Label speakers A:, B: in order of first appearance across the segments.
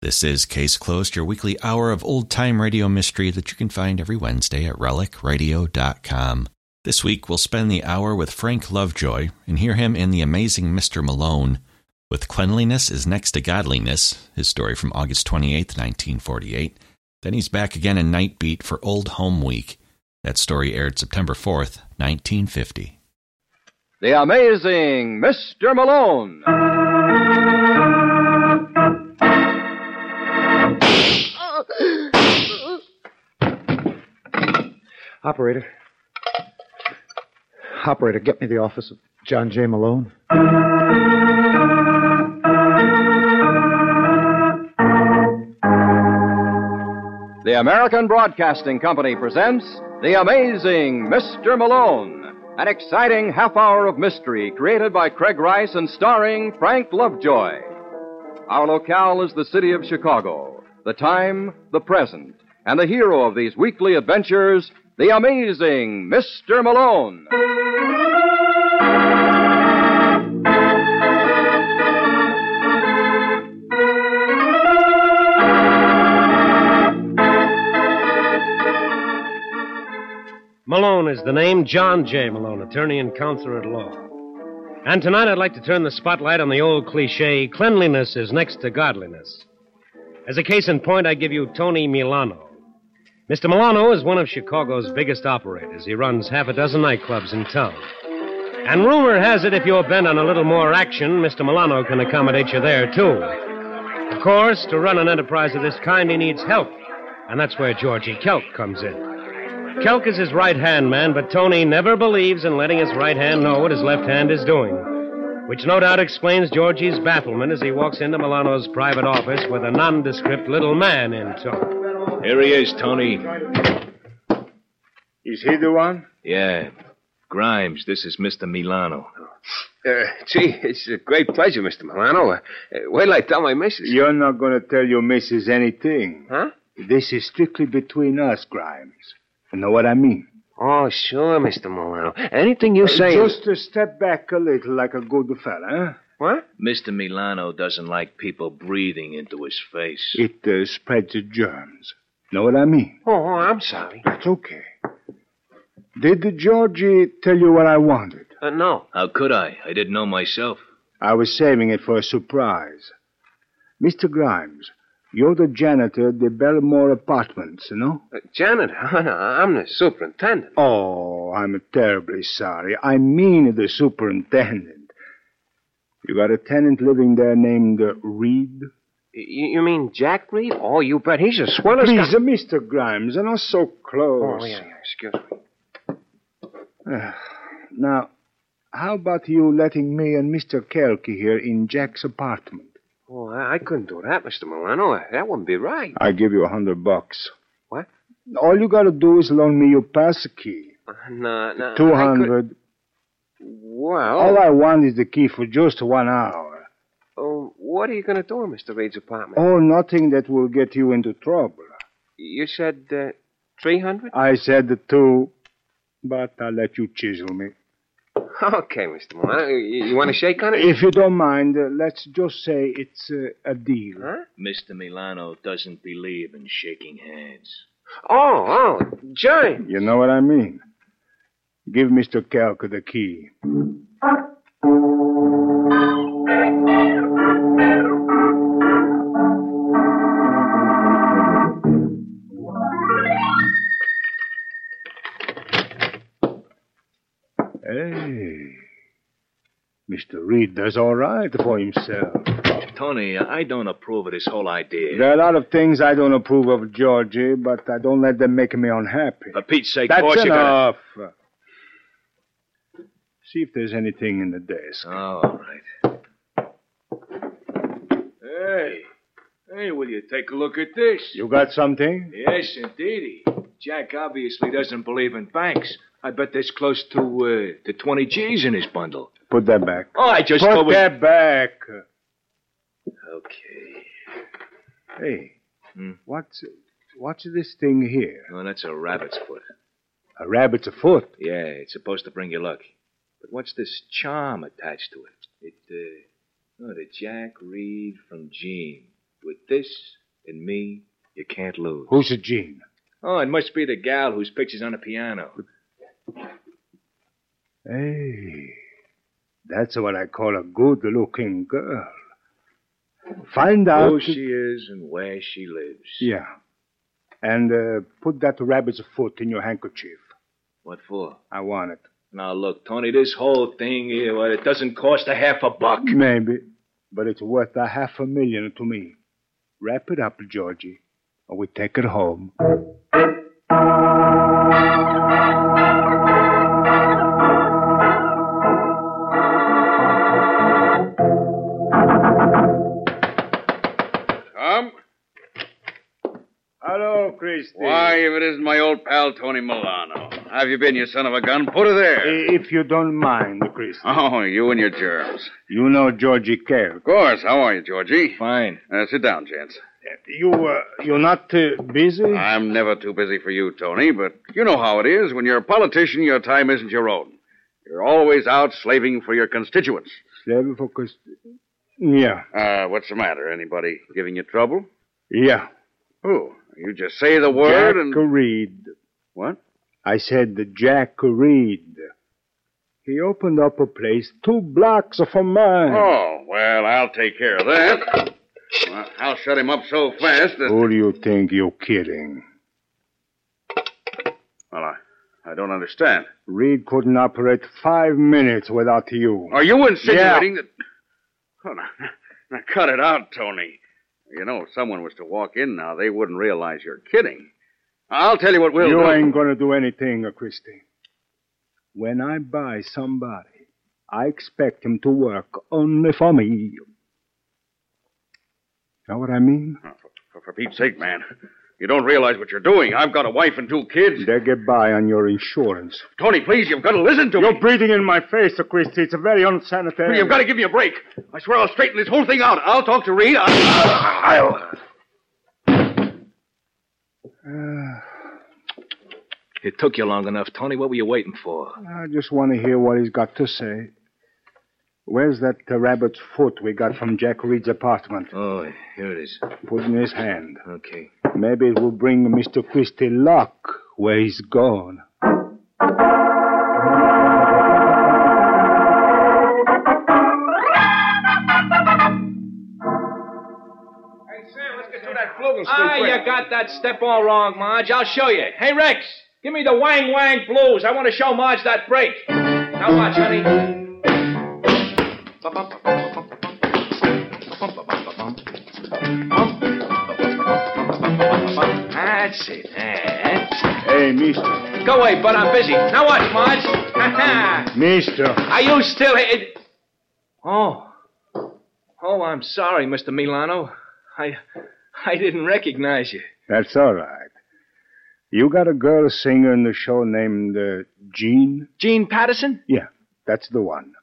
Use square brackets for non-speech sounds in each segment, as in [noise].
A: This is Case Closed, your weekly hour of old time radio mystery that you can find every Wednesday at relicradio.com. This week, we'll spend the hour with Frank Lovejoy and hear him in The Amazing Mr. Malone with Cleanliness is Next to Godliness, his story from August 28, 1948. Then he's back again in Nightbeat for Old Home Week. That story aired September 4th, 1950.
B: The Amazing Mr. Malone.
C: Operator. Operator, get me the office of John J. Malone.
B: The American Broadcasting Company presents The Amazing Mr. Malone, an exciting half hour of mystery created by Craig Rice and starring Frank Lovejoy. Our locale is the city of Chicago, the time, the present, and the hero of these weekly adventures, The Amazing Mr. Malone.
D: Malone is the name, John J. Malone, attorney and counselor at law. And tonight I'd like to turn the spotlight on the old cliche cleanliness is next to godliness. As a case in point, I give you Tony Milano. Mr. Milano is one of Chicago's biggest operators. He runs half a dozen nightclubs in town. And rumor has it if you're bent on a little more action, Mr. Milano can accommodate you there, too. Of course, to run an enterprise of this kind, he needs help. And that's where Georgie Kelk comes in. Kelk is his right hand man, but Tony never believes in letting his right hand know what his left hand is doing. Which no doubt explains Georgie's bafflement as he walks into Milano's private office with a nondescript little man in tow.
E: Here he is, Tony.
F: Is he the one?
E: Yeah. Grimes, this is Mr. Milano.
G: Uh, gee, it's a great pleasure, Mr. Milano. Uh, wait till I tell my missus.
F: You're not going to tell your missus anything.
G: Huh?
F: This is strictly between us, Grimes. You know what I mean?
G: Oh, sure, Mr. Milano. Anything you say.
F: Uh, Just to step back a little like a good fella, huh?
G: What?
E: Mr. Milano doesn't like people breathing into his face.
F: It uh, spreads the germs. Know what I mean?
G: Oh, oh, I'm sorry.
F: That's okay. Did the Georgie tell you what I wanted?
G: Uh, no.
E: How could I? I didn't know myself.
F: I was saving it for a surprise. Mr. Grimes, you're the janitor at the Belmore Apartments, no?
G: Uh, Janet, [laughs] I'm the superintendent.
F: Oh, I'm terribly sorry. I mean the superintendent. You got a tenant living there named uh, Reed?
G: Y- You mean Jack Reed? Oh, you bet. He's a swell as
F: Please, uh, Mr. Grimes, and not so close.
G: Oh, yeah, yeah, excuse me.
F: Now, how about you letting me and Mr. Kelke here in Jack's apartment?
G: Oh, I, I couldn't do that, Mr. Milano. That wouldn't be right.
F: I give you a hundred bucks.
G: What?
F: All you gotta do is loan me your pass key.
G: Uh, no, no. I
F: Two
G: could- Oh.
F: hundred.
G: Well,
F: All I want is the key for just one hour.
G: oh, what are you going to do in Mr. Reed's apartment?
F: Oh, nothing that will get you into trouble.
G: You said uh, 300?
F: I said the two, but I'll let you chisel me.
G: Okay, Mr. Milano. You, you want to shake on it?
F: If you don't mind, uh, let's just say it's uh, a deal.
G: Huh?
E: Mr. Milano doesn't believe in shaking hands.
G: Oh, oh, Jane.
F: You know what I mean? Give Mr. Kelke the key. Hey, Mr. Reed does all right for himself.
E: Tony, I don't approve of this whole idea.
F: There are a lot of things I don't approve of, Georgie, but I don't let them make me unhappy.
E: For Pete's sake,
F: That's
E: Porsche got-
F: enough. See if there's anything in the desk.
E: Oh, all right.
H: Hey, hey, will you take a look at this?
F: You got something?
H: Yes, indeedy. Jack obviously doesn't believe in banks. I bet there's close to uh, to 20 G's in his bundle.
F: Put that back.
E: Oh, I just thought
F: Put
E: we-
F: that back.
E: Okay.
F: Hey,
E: Hmm?
F: what's what's this thing here?
E: Oh, that's a rabbit's foot.
F: A rabbit's a foot.
E: Yeah, it's supposed to bring you luck. But what's this charm attached to it? It, uh, oh, the Jack Reed from Gene with
H: this and me, you can't lose.
F: Who's a Gene?
H: Oh, it must be the gal whose picture's on the piano.
F: Hey, that's what I call a good looking girl. Find out.
H: Who she is and where she lives.
F: Yeah. And uh, put that rabbit's foot in your handkerchief.
H: What for?
F: I want it.
H: Now look, Tony, this whole thing here, well, it doesn't cost a half a buck.
F: Maybe. But it's worth a half a million to me. Wrap it up, Georgie, or we take it home.
I: Tom?
F: Hello, Christie.
I: Why, if it isn't my old pal Tony Milano. How have you been, you son of a gun? Put her there.
F: If you don't mind, Christie.
I: Oh, you and your germs.
F: You know Georgie Kerr.
I: Of course. How are you, Georgie?
H: Fine.
I: Uh, sit down, gents.
F: You, uh, you're not uh, busy?
I: I'm never too busy for you, Tony, but you know how it is. When you're a politician, your time isn't your own. You're always out slaving for your constituents.
F: Slaving for Christie. Yeah,
I: Uh, what's the matter? Anybody giving you trouble?
F: yeah.
I: Who? You just say the word
F: Jack
I: and.
F: Reed.
I: What?
F: I said the Jack Reed. He opened up a place two blocks from mine.
I: Oh, well, I'll take care of that. Well, I'll shut him up so fast that.
F: Who do you think you're kidding?
I: Well, I, I don't understand.
F: Reed couldn't operate five minutes without you.
I: Are you insinuating that. [laughs] Oh, now, now, cut it out, Tony. You know, if someone was to walk in now, they wouldn't realize you're kidding. I'll tell you what we'll
F: you
I: do.
F: ain't gonna do anything, uh, Christie. When I buy somebody, I expect him to work only for me. Know what I mean?
I: Oh, for, for, for Pete's sake, man. You don't realize what you're doing. I've got a wife and two kids.
F: They get by on your insurance.
I: Tony, please, you've got to listen to me.
F: You're breathing in my face, uh, Christie. It's very unsanitary.
I: You've got to give me a break. I swear I'll straighten this whole thing out. I'll talk to Reed. I'll... I'll...
H: [sighs] It took you long enough, Tony. What were you waiting for?
F: I just want to hear what he's got to say. Where's that uh, rabbit's foot we got from Jack Reed's apartment?
H: Oh, here it is.
F: Put in his hand.
H: Okay.
F: Maybe it will bring Mr. Christie luck where he's gone.
H: Ah, you got that step all wrong, Marge. I'll show you. Hey, Rex, give me the wang wang blues. I want to show Marge that break. Now watch, honey. That's it. That's-
F: Hey, mister.
H: Go away, but I'm busy. Now watch, Marge. Ha-ha.
F: Mister.
H: Are you still here? Oh. Oh, I'm sorry, Mr. Milano. I I didn't recognize you.
F: That's all right. You got a girl singer in the show named uh, Jean?
H: Gene Patterson?
F: Yeah, that's the one.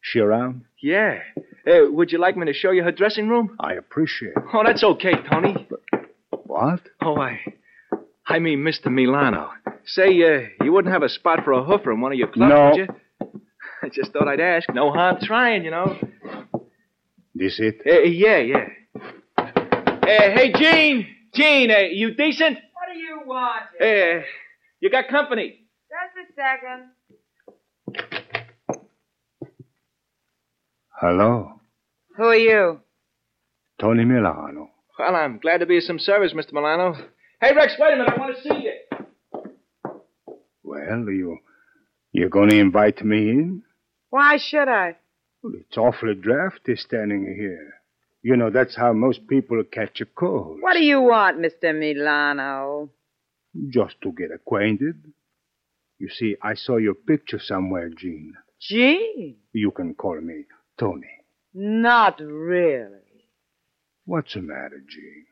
F: She around?
H: Yeah. Uh, would you like me to show you her dressing room?
F: I appreciate it.
H: Oh, that's okay, Tony.
F: What?
H: Oh, I. I mean, Mr. Milano. Say, uh, you wouldn't have a spot for a hoofer in one of your clubs,
F: No.
H: would you? [laughs] I just thought I'd ask. No harm trying, you know.
F: This it?
H: Uh, yeah, yeah. Uh, hey, Gene! Gene, uh, you decent?
J: What do you want?
H: Uh, you got company.
J: Just a second.
F: Hello?
J: Who are you?
F: Tony Milano.
H: Well, I'm glad to be of some service, Mr. Milano. Hey, Rex, wait a minute. I want to see you.
F: Well, you. You're gonna invite me in?
J: Why should I?
F: Well, it's awfully drafty standing here. You know, that's how most people catch a cold.
J: What do you want, Mr. Milano?
F: Just to get acquainted. You see, I saw your picture somewhere, Jean.
J: Gee,
F: You can call me Tony.
J: not really.
F: What's the matter, Jean?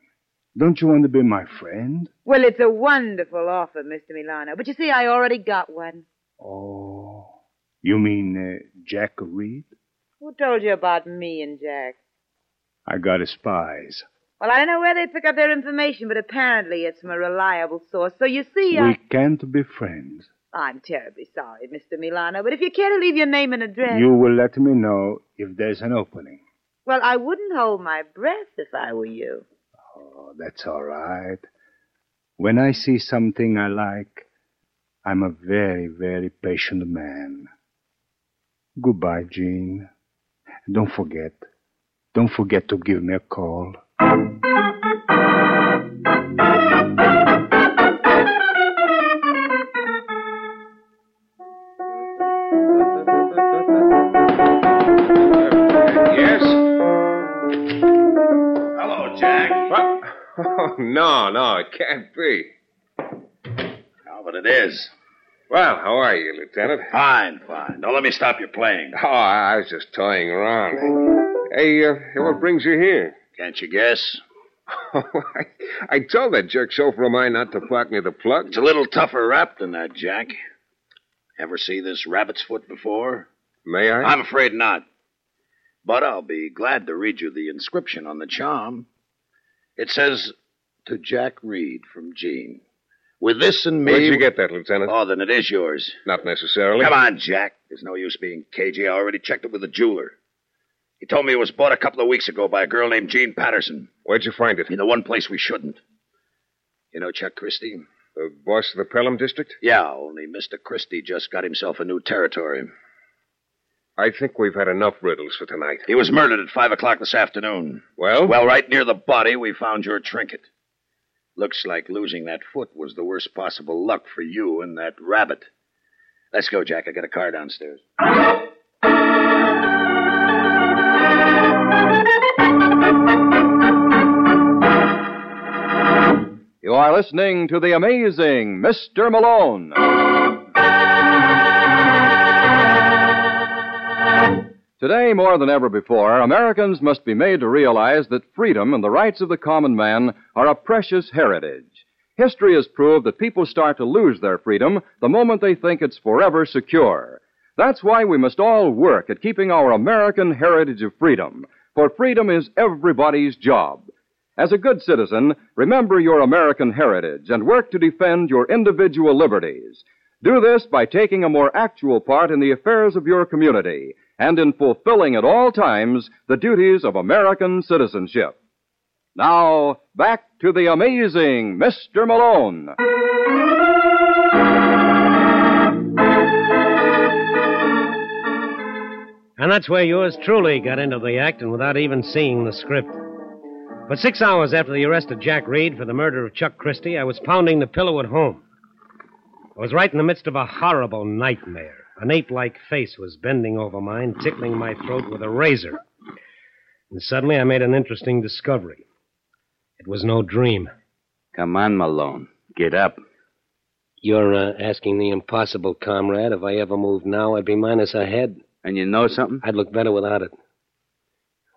F: Don't you want to be my friend?
J: Well, it's a wonderful offer, Mr. Milano, but you see, I already got one.
F: Oh, you mean uh, Jack Reed?
J: Who told you about me and Jack?
F: I got his spies.
J: Well, I don't know where they pick up their information, but apparently it's from a reliable source. So you see, I...
F: We can't be friends.
J: I'm terribly sorry, Mr. Milano, but if you care to leave your name and address...
F: You will let me know if there's an opening.
J: Well, I wouldn't hold my breath if I were you.
F: Oh, that's all right. When I see something I like, I'm a very, very patient man. Goodbye, Jean. Don't forget. Don't forget to give me a call.
G: Yes?
E: Hello, Jack.
G: [laughs] Oh, no, no, it can't be.
E: Oh, but it is.
G: Well, how are you, Lieutenant?
E: Fine, fine. Don't let me stop your playing.
G: Oh, I I was just toying around. Hey, uh, what brings you here?
E: Can't you guess?
G: [laughs] I, I told that jerk chauffeur of mine not to park near the plug.
E: It's a little tougher rap than that, Jack. Ever see this rabbit's foot before?
G: May I?
E: I'm afraid not. But I'll be glad to read you the inscription on the charm. It says, To Jack Reed from Jean. With this and me.
G: Where'd you get that, Lieutenant?
E: Oh, then it is yours.
G: Not necessarily.
E: Come on, Jack. There's no use being cagey. I already checked it with the jeweler. He told me it was bought a couple of weeks ago by a girl named Jean Patterson
G: Where'd you find it?
E: in the one place we shouldn't. You know Chuck Christie?
G: The boss of the Pelham district?
E: Yeah, only Mr. Christie just got himself a new territory.
G: I think we've had enough riddles for tonight.
E: He was murdered at five o'clock this afternoon.
G: Well?
E: Oh, Well, right near the body, we found your trinket. Looks like losing that foot was the worst possible luck for you and that rabbit. Let's go, Jack. I got a car downstairs.
B: You are listening to the amazing Mr. Malone. Today, more than ever before, Americans must be made to realize that freedom and the rights of the common man are a precious heritage. History has proved that people start to lose their freedom the moment they think it's forever secure. That's why we must all work at keeping our American heritage of freedom, for freedom is everybody's job. As a good citizen, remember your American heritage and work to defend your individual liberties. Do this by taking a more actual part in the affairs of your community and in fulfilling at all times the duties of American citizenship. Now, back to the amazing Mr. Malone.
K: And that's where yours truly got into the act and without even seeing the script. But six hours after the arrest of Jack Reed for the murder of Chuck Christie, I was pounding the pillow at home. I was right in the midst of a horrible nightmare. An ape like face was bending over mine, tickling my throat with a razor. And suddenly I made an interesting discovery. It was no dream.
L: Come on, Malone. Get up.
D: You're uh, asking the impossible, comrade. If I ever moved now, I'd be minus a head.
L: And you know something?
D: I'd look better without it.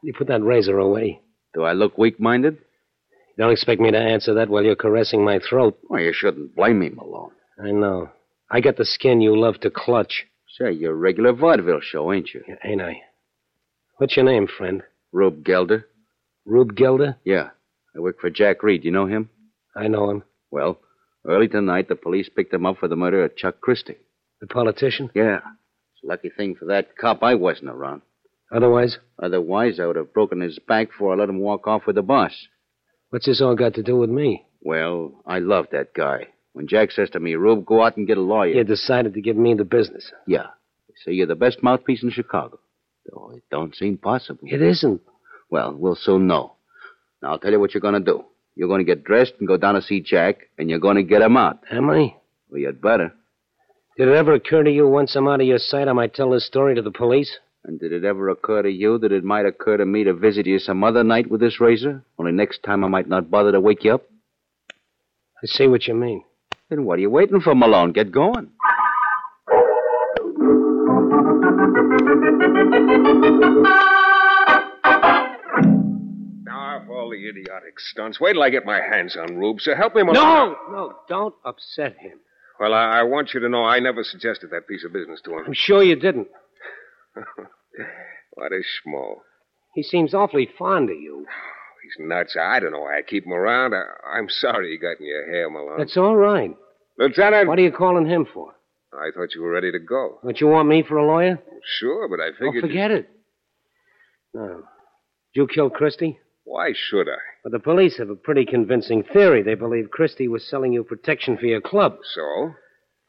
D: You put that razor away.
L: Do I look weak minded?
D: You don't expect me to answer that while you're caressing my throat.
L: Well, you shouldn't blame me, Malone.
D: I know. I got the skin you love to clutch.
L: Say, you're a regular vaudeville show, ain't you?
D: Yeah, ain't I? What's your name, friend?
L: Rube Gelder?
D: Rube Gelder?
L: Yeah. I work for Jack Reed. You know him?
D: I know him.
L: Well, early tonight, the police picked him up for the murder of Chuck Christie.
D: The politician?
L: Yeah. It's a lucky thing for that cop I wasn't around.
D: Otherwise,
L: Otherwise, I would have broken his back before I let him walk off with the boss.
D: what's this all got to do with me?
L: Well, I love that guy. When Jack says to me, Rube, go out and get a lawyer.
D: You decided to give me the business.
L: Yeah. They say you're the best mouthpiece in Chicago. Though it don't seem possible.
D: It isn't.
L: Well, we'll soon know. Now, I'll tell you what you're going to do. You're going to get dressed and go down to see Jack, and you're going to get him out.
D: Am I?
L: Well, you'd better.
D: Did it ever occur to you once I'm out of your sight, I might tell this story to the police?
L: And did it ever occur to you that it might occur to me to visit you some other night with this razor? Only next time I might not bother to wake you up.
D: I see what you mean.
L: Then what are you waiting for, Malone? Get going.
G: Now, of all the idiotic stunts, wait till I get my hands on Rube, so help me, Malone.
D: No, no, don't upset him.
G: Well, I, I want you to know I never suggested that piece of business to him.
D: I'm sure you
G: [laughs]
D: didn't.
G: What a schmo.
D: He seems awfully fond of you.
G: [sighs] He's nuts. I don't know why I keep him around. I, I'm sorry you got in your hair, Malone.
D: That's all right.
G: Lieutenant!
D: What are you calling him for?
G: I thought you were ready to go.
D: Don't you want me for a lawyer?
G: Sure, but I
D: Oh,
G: figured.
D: forget it. No. Did you kill Christie?
G: Why should I?
D: But the police have a pretty convincing theory. They believe Christie was selling you protection for your club.
G: So?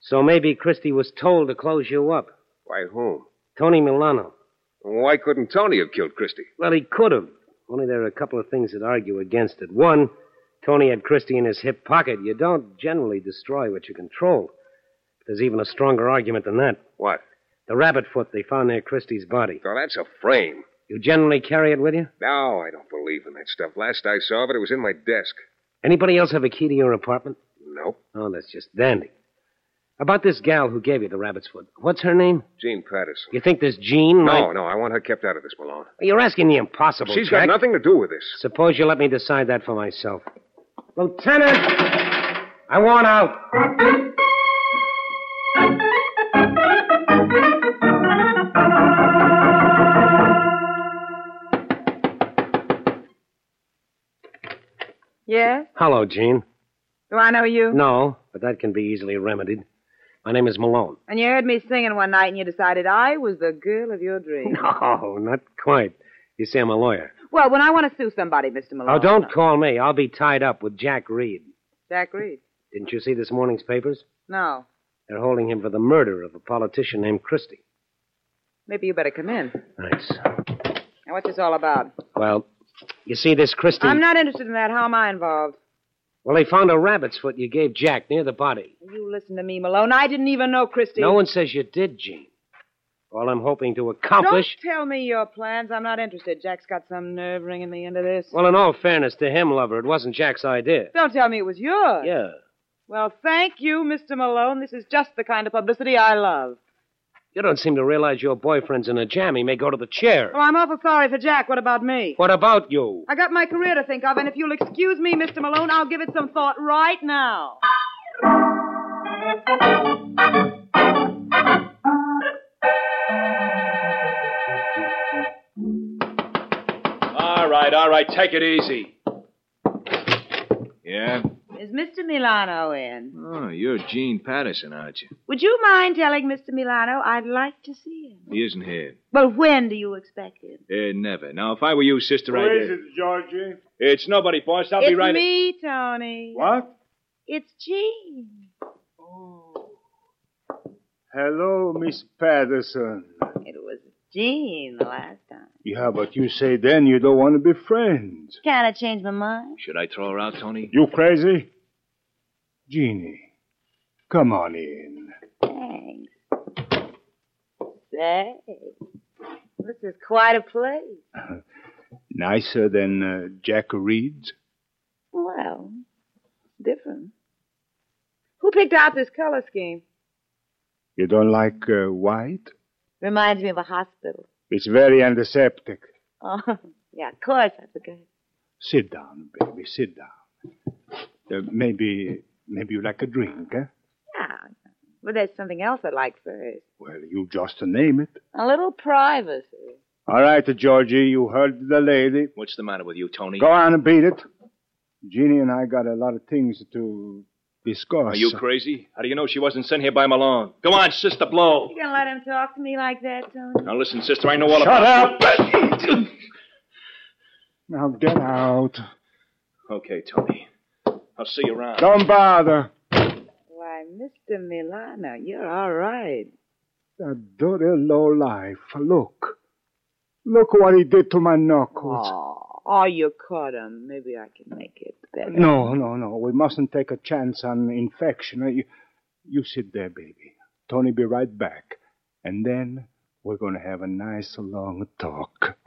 D: So maybe Christie was told to close you up.
G: By whom?
D: Tony Milano.
G: Why couldn't Tony have killed Christie?
D: Well, he could have. Only there are a couple of things that argue against it. One, Tony had Christie in his hip pocket. You don't generally destroy what you control. There's even a stronger argument than that.
G: What?
D: The rabbit foot they found near Christie's body.
G: Now, that's a frame.
D: You generally carry it with you?
G: No, I don't believe in that stuff. Last I saw of it, it was in my desk.
D: Anybody else have a key to your apartment?
G: Nope.
D: Oh, that's just dandy. About this gal who gave you the rabbit's foot. What's her name?
G: Jean Patterson.
D: You think this Jean might...
G: No, no, I want her kept out of this, Malone.
D: You're asking the impossible,
G: She's
D: Jack.
G: got nothing to do with this.
D: Suppose you let me decide that for myself. Lieutenant! I want out!
J: Yes?
D: Hello, Jean.
J: Do I know you?
D: No, but that can be easily remedied. My name is Malone. [laughs]
J: And you heard me singing one night and you decided I was the girl of your dreams.
D: [laughs] No, not quite. You see, I'm a lawyer.
J: Well, when I want to sue somebody, Mr. Malone.
D: Oh, don't call me. I'll be tied up with Jack Reed.
J: Jack Reed?
D: Didn't you see this morning's papers?
J: No.
D: They're holding him for the murder of a politician named Christie.
J: Maybe you better come in.
D: Thanks.
J: Now, what's this all about?
D: Well, you see, this Christie.
J: I'm not interested in that. How am I involved?
D: Well, they found a rabbit's foot you gave Jack near the body.
J: You listen to me, Malone. I didn't even know Christie.
D: No one says you did, Jean. All I'm hoping to accomplish.
J: Don't tell me your plans. I'm not interested. Jack's got some nerve ringing me into this.
D: Well, in all fairness to him, lover, it wasn't Jack's idea.
J: Don't tell me it was yours.
D: Yeah.
J: Well, thank you, Mr. Malone. This is just the kind of publicity I love.
D: You don't seem to realize your boyfriend's in a jam. He may go to the chair.
J: Well, I'm awful sorry for Jack. What about me?
D: What about you?
J: I got my career to think of, and if you'll excuse me, Mr. Malone, I'll give it some thought right now.
K: All right, all right. Take it easy. Yeah?
J: Is Mr. Milano in?
H: Oh, you're Gene Patterson, aren't you?
J: Would you mind telling Mr. Milano I'd like to see him?
H: He isn't here.
J: Well, when do you expect him?
H: Uh, never. Now, if I were you, sister, I'd... eh,
F: Who is it, Georgie?
H: It's nobody, boss. I'll
J: it's
H: be right...
J: me, Tony.
F: What?
J: It's Gene.
F: Hello, Miss Patterson.
J: It was Gene the last time.
F: Yeah, but you say then you don't want to be friends.
J: Can I change my mind?
H: Should I throw her out, Tony?
F: You crazy? Jeannie, come on in.
J: Thanks. Say, this is quite a place.
F: Nicer than uh, Jack Reed's?
J: Well, different. Who picked out this color scheme?
F: You don't like uh, white?
J: Reminds me of a hospital. [laughs]
F: It's very antiseptic.
J: Oh, yeah, of course, I forgot.
F: Sit down, baby, sit down. Uh, maybe Maybe you'd like a drink, eh?
J: Yeah. But there's something else I'd like first.
F: Well, you just name it.
J: A little privacy.
F: All right, Georgie, you heard the lady.
H: What's the matter with you, Tony?
F: Go on and beat it. Jeannie and I got a lot of things to discuss.
H: Are you crazy? How do you know she wasn't sent here by Malone? Go on, sister, blow.
J: You gonna let him talk to me like that, Tony?
H: Now listen, sister, I know all
F: Shut
H: about
F: up! now get out.
H: Okay, Tony. I'll see you around.
F: Don't bother.
J: Why, Mr. Milano, you're all right.
F: The dirty low life. Look. Look what he did to my knuckles.
J: Oh, oh, you caught him. Maybe I can make it better.
F: No, no, no. We mustn't take a chance on infection. You, you sit there, baby. Tony be right back. And then we're going to have a nice long talk.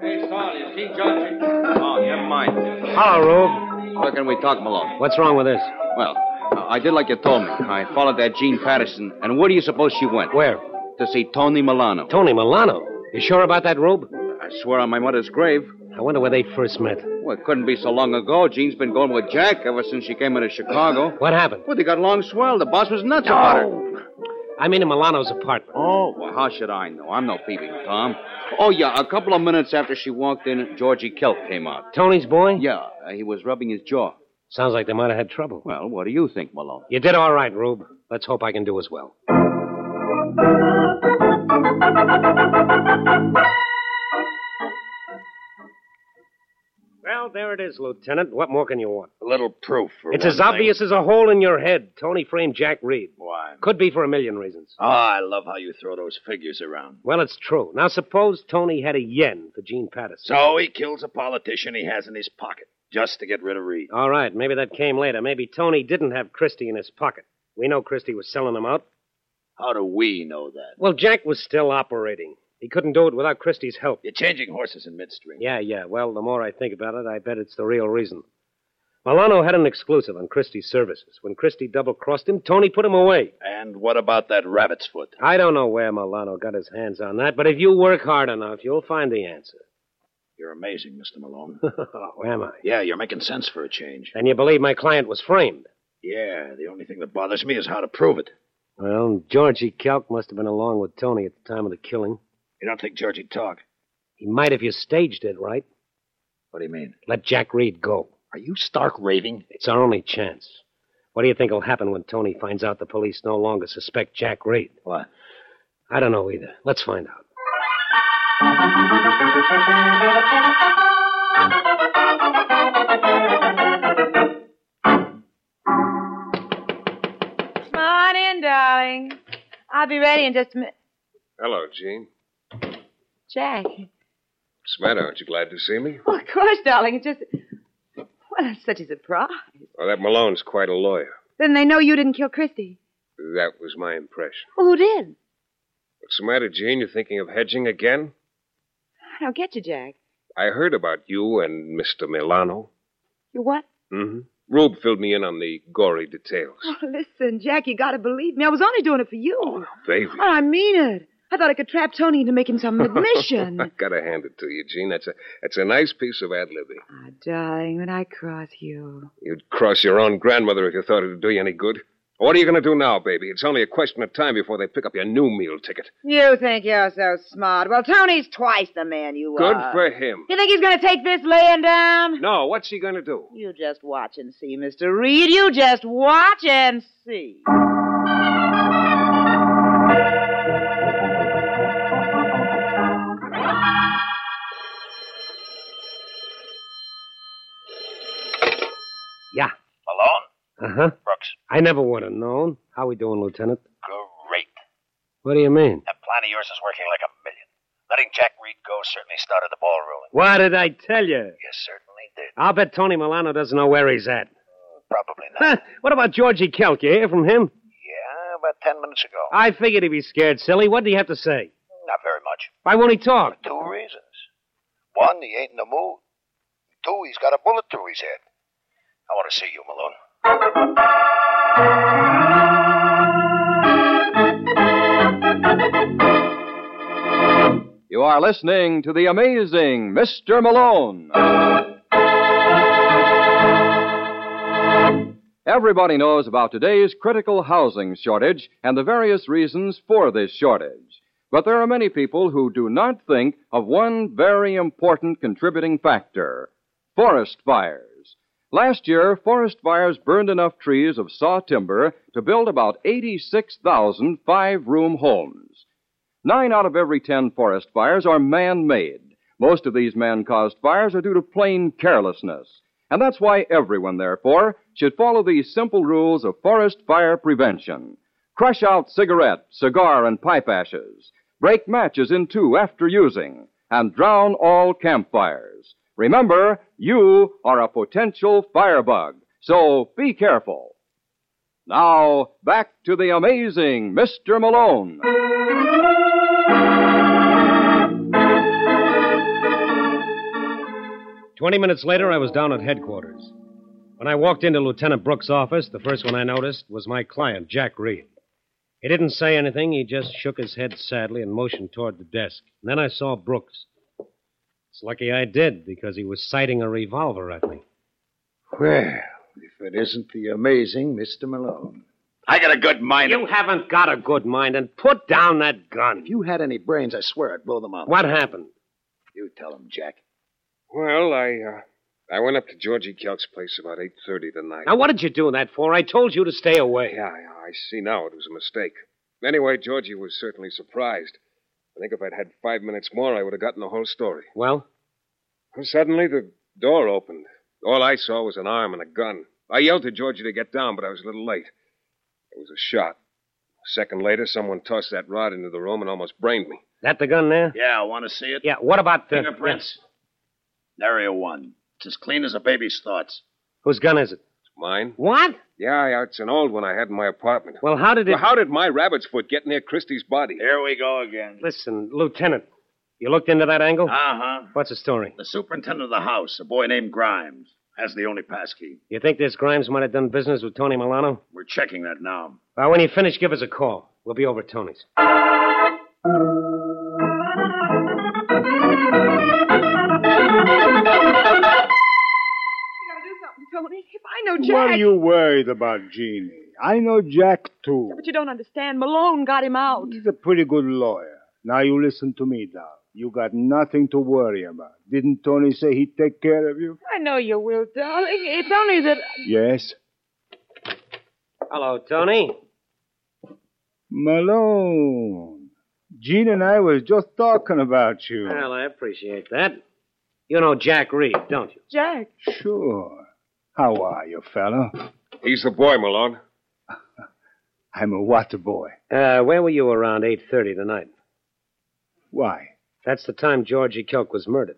K: Hey, Sally, is he judging?
H: Oh, never mind.
D: Hello, Rube.
L: How can we talk, Malone?
D: What's wrong with this?
L: Well, uh, I did like you told me. I followed that Jean Patterson, and where do you suppose she went?
D: Where?
L: To see Tony Milano.
D: Tony Milano? You sure about that, Rube?
L: I swear on my mother's grave.
D: I wonder where they first met.
L: Well, it couldn't be so long ago. Jean's been going with Jack ever since she came into Chicago.
D: What happened?
L: Well, they got along swell. The boss was nuts about her.
D: I mean, in Milano's apartment.
L: Oh, well, how should I know? I'm no peeping Tom. Oh, yeah, a couple of minutes after she walked in, Georgie Kelp came out.
D: Tony's boy?
L: Yeah, uh, he was rubbing his jaw.
D: Sounds like they might have had trouble.
M: Well, what do you think, Malone?
D: You did all right, Rube. Let's hope I can do as well. Well, there it is, Lieutenant. What more can you want?
N: A little proof. For
D: It's
N: one
D: as obvious
N: thing.
D: as a hole in your head. Tony framed Jack Reed.
N: Why? Oh.
D: Could be for a million reasons.
E: Ah, I love how you throw those figures around.
D: Well, it's true. Now, suppose Tony had a yen for Gene Patterson.
E: So he kills a politician he has in his pocket just to get rid of Reed.
D: All right, maybe that came later. Maybe Tony didn't have Christie in his pocket. We know Christie was selling him out.
E: How do we know that?
D: Well, Jack was still operating. He couldn't do it without Christie's help.
E: You're changing horses in midstream.
D: Yeah, yeah. Well, the more I think about it, I bet it's the real reason. Milano had an exclusive on Christie's services. When Christie double crossed him, Tony put him away.
E: And what about that rabbit's foot?
D: I don't know where Milano got his hands on that, but if you work hard enough, you'll find the answer.
E: You're amazing, Mr. [laughs] Malone.
D: oh, am I?
E: Yeah, you're making sense for a change.
D: And you believe my client was framed?
E: Yeah, the only thing that bothers me is how to prove it.
D: Well, Georgie Calc must have been along with Tony at the time of the killing.
E: You don't think Georgie'd talk?
D: He might if you staged it right.
E: What do you mean?
D: Let Jack Reed go.
E: Are you stark raving?
D: It's our only chance. What do you think will happen when Tony finds out the police no longer suspect Jack Reed?
E: What?
D: I don't know either. Let's find out.
J: Come on in, darling. I'll be ready in just a minute.
G: Hello, Gene.
J: Jack.
G: What's the matter? Aren't you glad to see me?
J: Well, of course, darling. It's just. Well, it's such a surprise.
G: Well, that Malone's quite a lawyer.
J: Then they know you didn't kill Christie.
G: That was my impression.
J: Well, who did?
G: What's the matter, Gene? You thinking of hedging again?
J: I don't get you, Jack.
G: I heard about you and Mr. Milano.
J: You what?
G: Mm-hmm. Rube filled me in on the gory details.
J: Oh, listen, Jack, you gotta believe me. I was only doing it for you. Oh,
G: Baby.
J: I mean it. I thought I could trap Tony into making
F: [laughs]
J: some admission.
G: [laughs] I gotta hand it to you, Gene. That's a that's a nice piece of ad libbing.
J: Darling, when I cross you.
G: You'd cross your own grandmother if you thought it'd do you any good. What are you gonna do now, baby? It's only a question of time before they pick up your new meal ticket.
J: You think you're so smart. Well, Tony's twice the man you
G: Good
J: are.
G: for him.
J: You think he's gonna take this laying down?
G: No, what's he gonna do?
J: You just watch and see, Mr. Reed. You just watch and see.
D: Yeah.
E: Malone?
D: Uh huh.
E: Brooks.
D: I never would have known. How we doing, Lieutenant?
E: Great.
D: What do you mean?
E: That plan of yours is working like a million. Letting Jack Reed go certainly started the ball rolling.
D: Why did I tell you?
E: You certainly did.
D: I'll bet Tony Milano doesn't know where he's at.
E: Uh, Probably not.
D: Huh? What about Georgie Kelk? You hear from him?
E: Yeah, about ten minutes ago.
D: I figured he'd be scared, silly. What did he have to say?
E: Not very much.
D: Why won't he talk?
E: Two reasons. One, he ain't in the mood. Two, he's got a bullet through his head. I want to see you, Malone.
B: You are listening to the amazing Mr. Malone. Everybody knows about today's critical housing shortage and the various reasons for this shortage. But there are many people who do not think of one very important contributing factor forest fires. Last year, forest fires burned enough trees of saw timber to build about 86,000 five room homes. Nine out of every ten forest fires are man made. Most of these man caused fires are due to plain carelessness. And that's why everyone, therefore, should follow these simple rules of forest fire prevention crush out cigarette, cigar, and pipe ashes, break matches in two after using, and drown all campfires. Remember, you are a potential firebug, so be careful. Now, back to the amazing Mr. Malone.
D: Twenty minutes later, I was down at headquarters. When I walked into Lieutenant Brooks' office, the first one I noticed was my client, Jack Reed. He didn't say anything. He just shook his head sadly and motioned toward the desk. And then I saw Brooks. It's lucky I did, because he was sighting a revolver at me.
C: Well, if it isn't the amazing Mr. Malone.
E: I got a good mind.
D: You haven't got a good mind, and put down that gun.
C: If you had any brains, I swear I'd blow them up.
D: What happened?
C: You tell him, Jack.
N: Well, I uh,
G: I went up to Georgie Kelk's place about 8.30 tonight.
D: Now, what did you do that for? I told you to stay away.
G: Yeah, I I see now it was a mistake. Anyway, Georgie was certainly surprised. I think if I'd had five minutes more, I would have gotten the whole story.
D: Well?
G: Well, suddenly the door opened. All I saw was an arm and a gun. I yelled to Georgie to get down, but I was a little late. There was a shot. A second later, someone tossed that rod into the room and almost brained me.
D: That the gun there?
E: Yeah, want to see it?
D: Yeah, what about the.
E: Fingerprints. Nary a one. It's as clean as a baby's thoughts.
D: Whose gun is it?
G: Mine?
D: What?
G: Yeah, yeah, it's an old one I had in my apartment.
D: Well, how did it.
G: Well, how did my rabbit's foot get near Christie's body?
E: Here we go again.
D: Listen, Lieutenant, you looked into that angle?
E: Uh huh.
D: What's the story?
E: The superintendent of the house, a boy named Grimes, has the only passkey.
D: You think this Grimes might have done business with Tony Milano?
E: We're checking that now.
D: Well, when you finish, give us a call. We'll be over at Tony's.
J: Tony. If I know Jack.
F: What are you worried about, Jeannie? I know Jack, too.
J: But you don't understand. Malone got him out.
F: He's a pretty good lawyer. Now you listen to me, Doc. You got nothing to worry about. Didn't Tony say he'd take care of you?
J: I know you will, darling. It's only that.
F: Yes.
D: Hello, Tony.
F: Malone. Jean and I was just talking about you.
D: Well, I appreciate that. You know Jack Reed, don't you?
J: Jack.
F: Sure. How are you, fellow?
G: He's the boy, Malone.
F: I'm a water boy.
D: Uh, where were you around 8.30 tonight?
F: Why?
D: That's the time Georgie Kelk was murdered.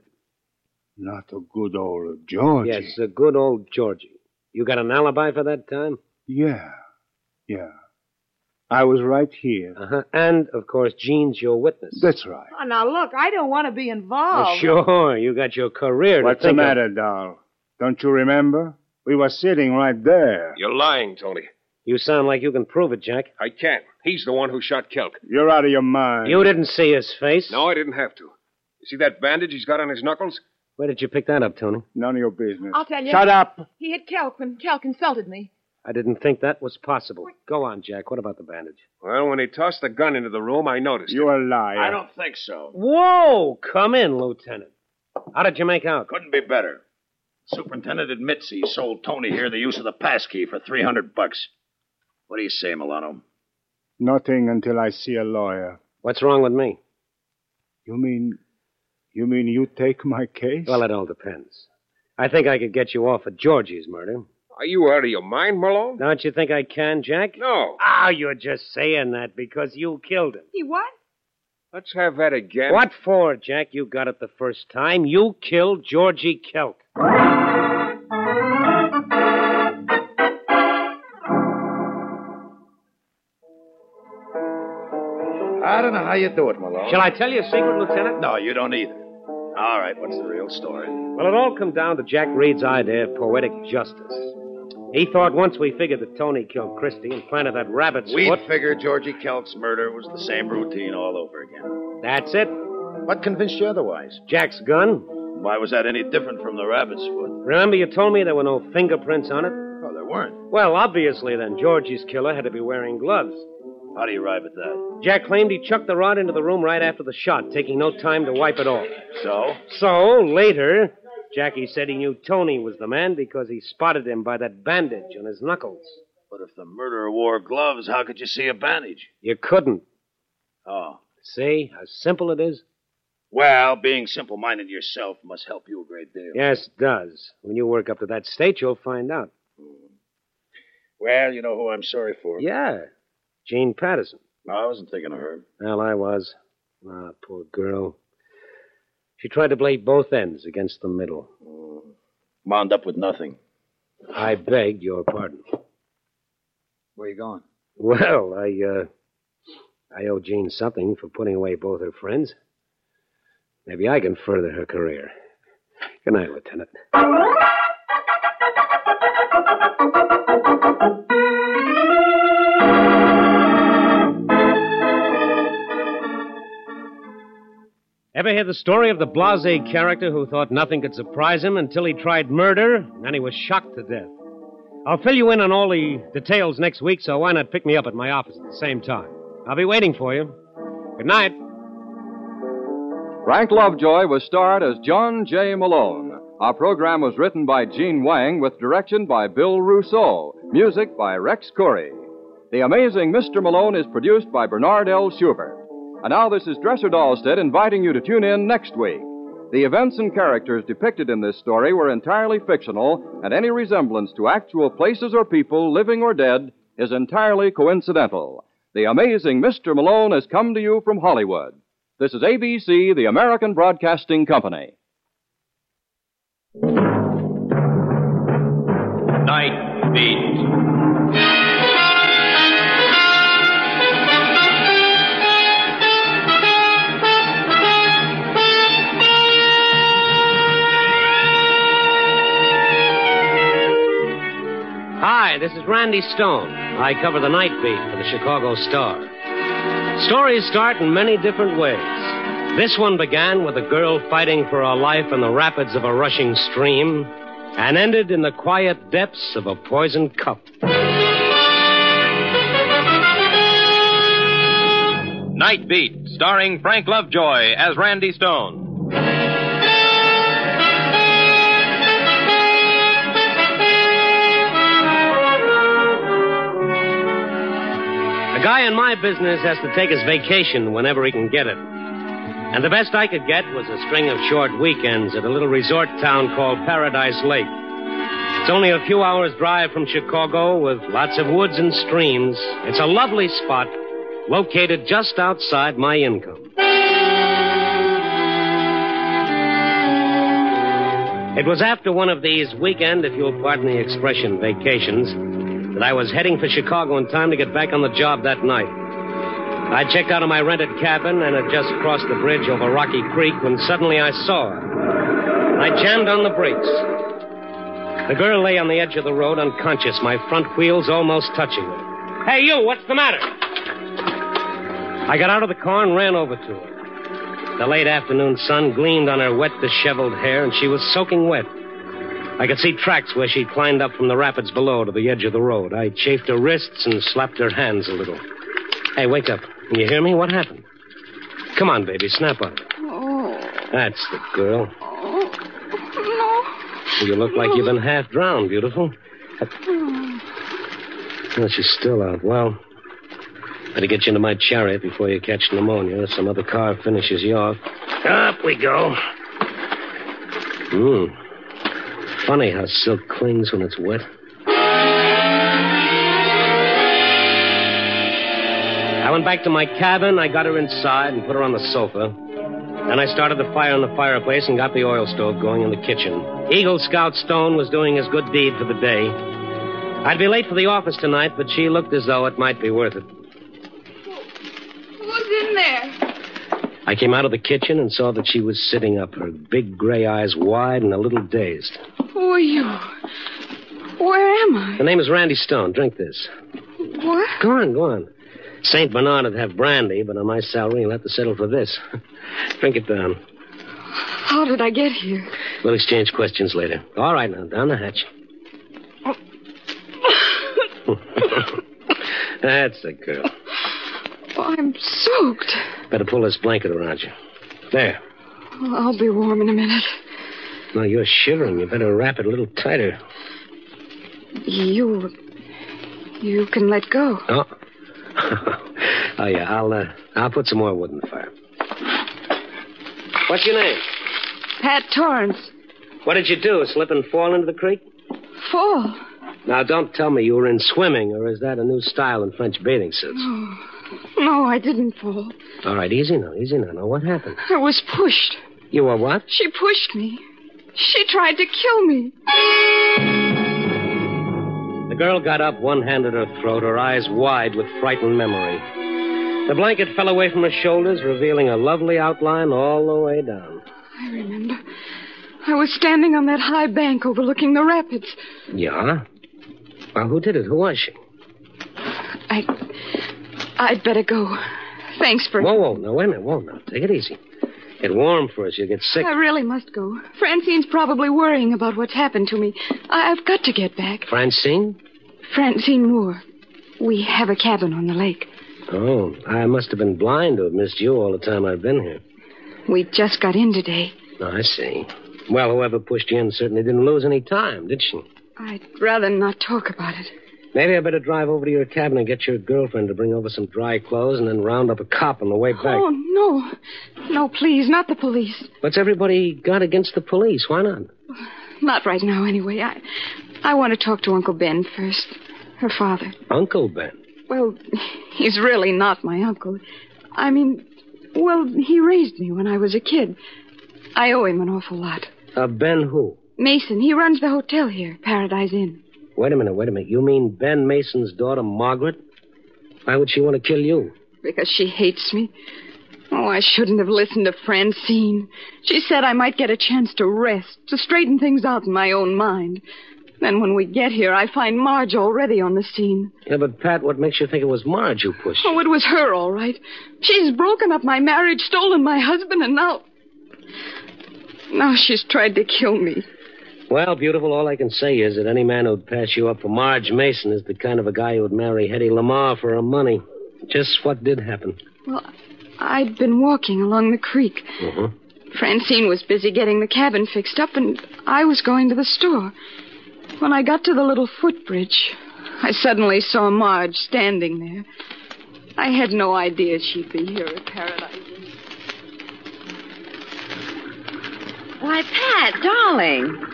F: Not a good old Georgie.
D: Yes, a good old Georgie. You got an alibi for that time?
F: Yeah. Yeah. I was right here.
D: Uh-huh. And, of course, Jean's your witness.
F: That's right.
J: Oh, now, look, I don't want to be involved.
D: Well, sure, you got your career
F: What's
D: to
F: the
D: think of.
F: matter, doll? Don't you remember? We were sitting right there.
G: You're lying, Tony.
D: You sound like you can prove it, Jack.
G: I can't. He's the one who shot Kelk.
F: You're out of your mind.
D: You didn't see his face.
G: No, I didn't have to. You see that bandage he's got on his knuckles?
D: Where did you pick that up, Tony?
F: None of your business.
J: I'll tell you.
F: Shut up.
J: He hit Kelk when Kelk consulted me.
D: I didn't think that was possible. Go on, Jack. What about the bandage?
G: Well, when he tossed the gun into the room, I noticed.
F: You're
G: it.
F: a liar.
E: I don't think so.
D: Whoa! Come in, Lieutenant. How did you make out?
E: Couldn't be better. Superintendent admits he sold Tony here the use of the passkey for 300 bucks. What do you say, Milano?
F: Nothing until I see a lawyer.
D: What's wrong with me?
F: You mean. You mean you take my case?
D: Well, it all depends. I think I could get you off for Georgie's murder.
G: Are you out of your mind, Malone?
D: Don't you think I can, Jack?
G: No.
D: Ah, you're just saying that because you killed him.
J: He what?
G: Let's have that again.
D: What for, Jack? You got it the first time. You killed Georgie Kelk.
E: I don't know how you do it, Malone.
D: Shall I tell you a secret, Lieutenant?
E: No, you don't either. All right, what's the real story?
D: Well, it all come down to Jack Reed's idea of poetic justice. He thought once we figured that Tony killed Christie and planted that rabbit's
E: We'd
D: foot.
E: figure Georgie Kelk's murder was the same routine all over again.
D: That's it.
E: What convinced you otherwise?
D: Jack's gun.
E: Why was that any different from the rabbit's foot?
D: Remember, you told me there were no fingerprints on it?
E: Oh, there weren't.
D: Well, obviously, then, Georgie's killer had to be wearing gloves.
E: How do you arrive at that?
D: Jack claimed he chucked the rod into the room right after the shot, taking no time to wipe it off.
E: So?
D: So, later, Jackie said he knew Tony was the man because he spotted him by that bandage on his knuckles.
E: But if the murderer wore gloves, how could you see a bandage?
D: You couldn't.
E: Oh.
D: See how simple it is?
E: Well, being simple minded yourself must help you a great deal.
D: Yes, it does. When you work up to that state, you'll find out.
E: Well, you know who I'm sorry for.
D: Yeah. Jean Patterson.
E: No, I wasn't thinking of her.
D: Well, I was. Ah, poor girl. She tried to play both ends against the middle.
E: Wound up with nothing.
D: I beg your pardon.
C: Where you going?
D: Well, I, uh, I owe Jean something for putting away both her friends. Maybe I can further her career. Good night, Lieutenant. Ever hear the story of the blase character who thought nothing could surprise him until he tried murder and he was shocked to death? I'll fill you in on all the details next week, so why not pick me up at my office at the same time? I'll be waiting for you. Good night.
B: Frank Lovejoy was starred as John J. Malone, Our program was written by Gene Wang with direction by Bill Rousseau, music by Rex Corey. The Amazing Mr. Malone is produced by Bernard L. Schubert. And now this is Dresser Dahlstedt inviting you to tune in next week. The events and characters depicted in this story were entirely fictional, and any resemblance to actual places or people, living or dead, is entirely coincidental. The Amazing Mr. Malone has come to you from Hollywood. This is ABC, the American Broadcasting Company.
O: Night Beat.
D: Hi, this is Randy Stone. I cover the night beat for the Chicago Star. Stories start in many different ways. This one began with a girl fighting for her life in the rapids of a rushing stream and ended in the quiet depths of a poisoned cup.
O: Night Beat, starring Frank Lovejoy as Randy Stone.
D: A guy in my business has to take his vacation whenever he can get it. And the best I could get was a string of short weekends at a little resort town called Paradise Lake. It's only a few hours' drive from Chicago with lots of woods and streams. It's a lovely spot located just outside my income. It was after one of these weekend, if you'll pardon the expression, vacations, that I was heading for Chicago in time to get back on the job that night. I checked out of my rented cabin and had just crossed the bridge over Rocky Creek when suddenly I saw her. I jammed on the brakes. The girl lay on the edge of the road unconscious, my front wheels almost touching her. Hey, you, what's the matter? I got out of the car and ran over to her. The late afternoon sun gleamed on her wet, disheveled hair, and she was soaking wet. I could see tracks where she'd climbed up from the rapids below to the edge of the road. I chafed her wrists and slapped her hands a little. Hey, wake up. Can you hear me? What happened? Come on, baby, snap up. That's the girl. You look like you've been half drowned, beautiful. No, she's still out. Well, better get you into my chariot before you catch pneumonia. Some other car finishes you off. Up we go. Hmm. Funny how silk clings when it's wet. I went back to my cabin. I got her inside and put her on the sofa. Then I started the fire in the fireplace and got the oil stove going in the kitchen. Eagle Scout Stone was doing his good deed for the day. I'd be late for the office tonight, but she looked as though it might be worth it.
P: Who's in there?
D: I came out of the kitchen and saw that she was sitting up, her big gray eyes wide and a little dazed.
P: Who are you? Where am I?
D: Her name is Randy Stone. Drink this.
P: What?
D: Go on, go on. St. Bernard would have brandy, but on my salary, you'll have to settle for this. [laughs] Drink it down.
P: How did I get here?
D: We'll exchange questions later. All right, now, down the hatch. [laughs] That's the girl.
P: Oh, I'm soaked.
D: Better pull this blanket around you. There.
P: I'll be warm in a minute.
D: Now you're shivering. You better wrap it a little tighter.
P: You. You can let go.
D: Oh. [laughs] oh yeah, I'll uh, I'll put some more wood in the fire. What's your name?
P: Pat Torrance.
D: What did you do? Slip and fall into the creek?
P: Fall.
D: Now don't tell me you were in swimming, or is that a new style in French bathing suits?
P: No. No, I didn't fall.
D: All right, easy now, easy now. Now what happened?
P: I was pushed.
D: You were what?
P: She pushed me. She tried to kill me.
D: The girl got up, one hand at her throat, her eyes wide with frightened memory. The blanket fell away from her shoulders, revealing a lovely outline all the way down.
P: I remember. I was standing on that high bank overlooking the rapids.
D: Yeah? Well, who did it? Who was she?
P: I. I'd better go. Thanks for.
D: Whoa, whoa, now wait a minute, whoa, now. Take it easy. Get warm first, you'll get sick.
P: I really must go. Francine's probably worrying about what's happened to me. I- I've got to get back.
D: Francine?
P: Francine Moore. We have a cabin on the lake.
D: Oh, I must have been blind to have missed you all the time I've been here.
P: We just got in today.
D: I see. Well, whoever pushed you in certainly didn't lose any time, did she?
P: I'd rather not talk about it.
D: Maybe I better drive over to your cabin and get your girlfriend to bring over some dry clothes and then round up a cop on the way back.
P: Oh, no. No, please, not the police.
D: What's everybody got against the police? Why not?
P: Not right now, anyway. I, I want to talk to Uncle Ben first. Her father.
D: Uncle Ben.
P: Well, [laughs] he's really not my uncle. I mean, well, he raised me when I was a kid. I owe him an awful lot.
D: Uh, ben who?
P: Mason, he runs the hotel here, Paradise Inn.
D: Wait a minute, wait a minute. You mean Ben Mason's daughter, Margaret? Why would she want to kill you?
P: Because she hates me. Oh, I shouldn't have listened to Francine. She said I might get a chance to rest, to straighten things out in my own mind. Then when we get here, I find Marge already on the scene.
D: Yeah, but Pat, what makes you think it was Marge who pushed you?
P: Oh, it was her, all right. She's broken up my marriage, stolen my husband, and now. Now she's tried to kill me.
D: Well, beautiful, all I can say is that any man who'd pass you up for Marge Mason is the kind of a guy who'd marry Hetty Lamar for her money. Just what did happen.
P: Well, I'd been walking along the creek.
D: Uh-huh.
P: Francine was busy getting the cabin fixed up, and I was going to the store. When I got to the little footbridge, I suddenly saw Marge standing there. I had no idea she'd be here at Paradise.
Q: Why, Pat, darling.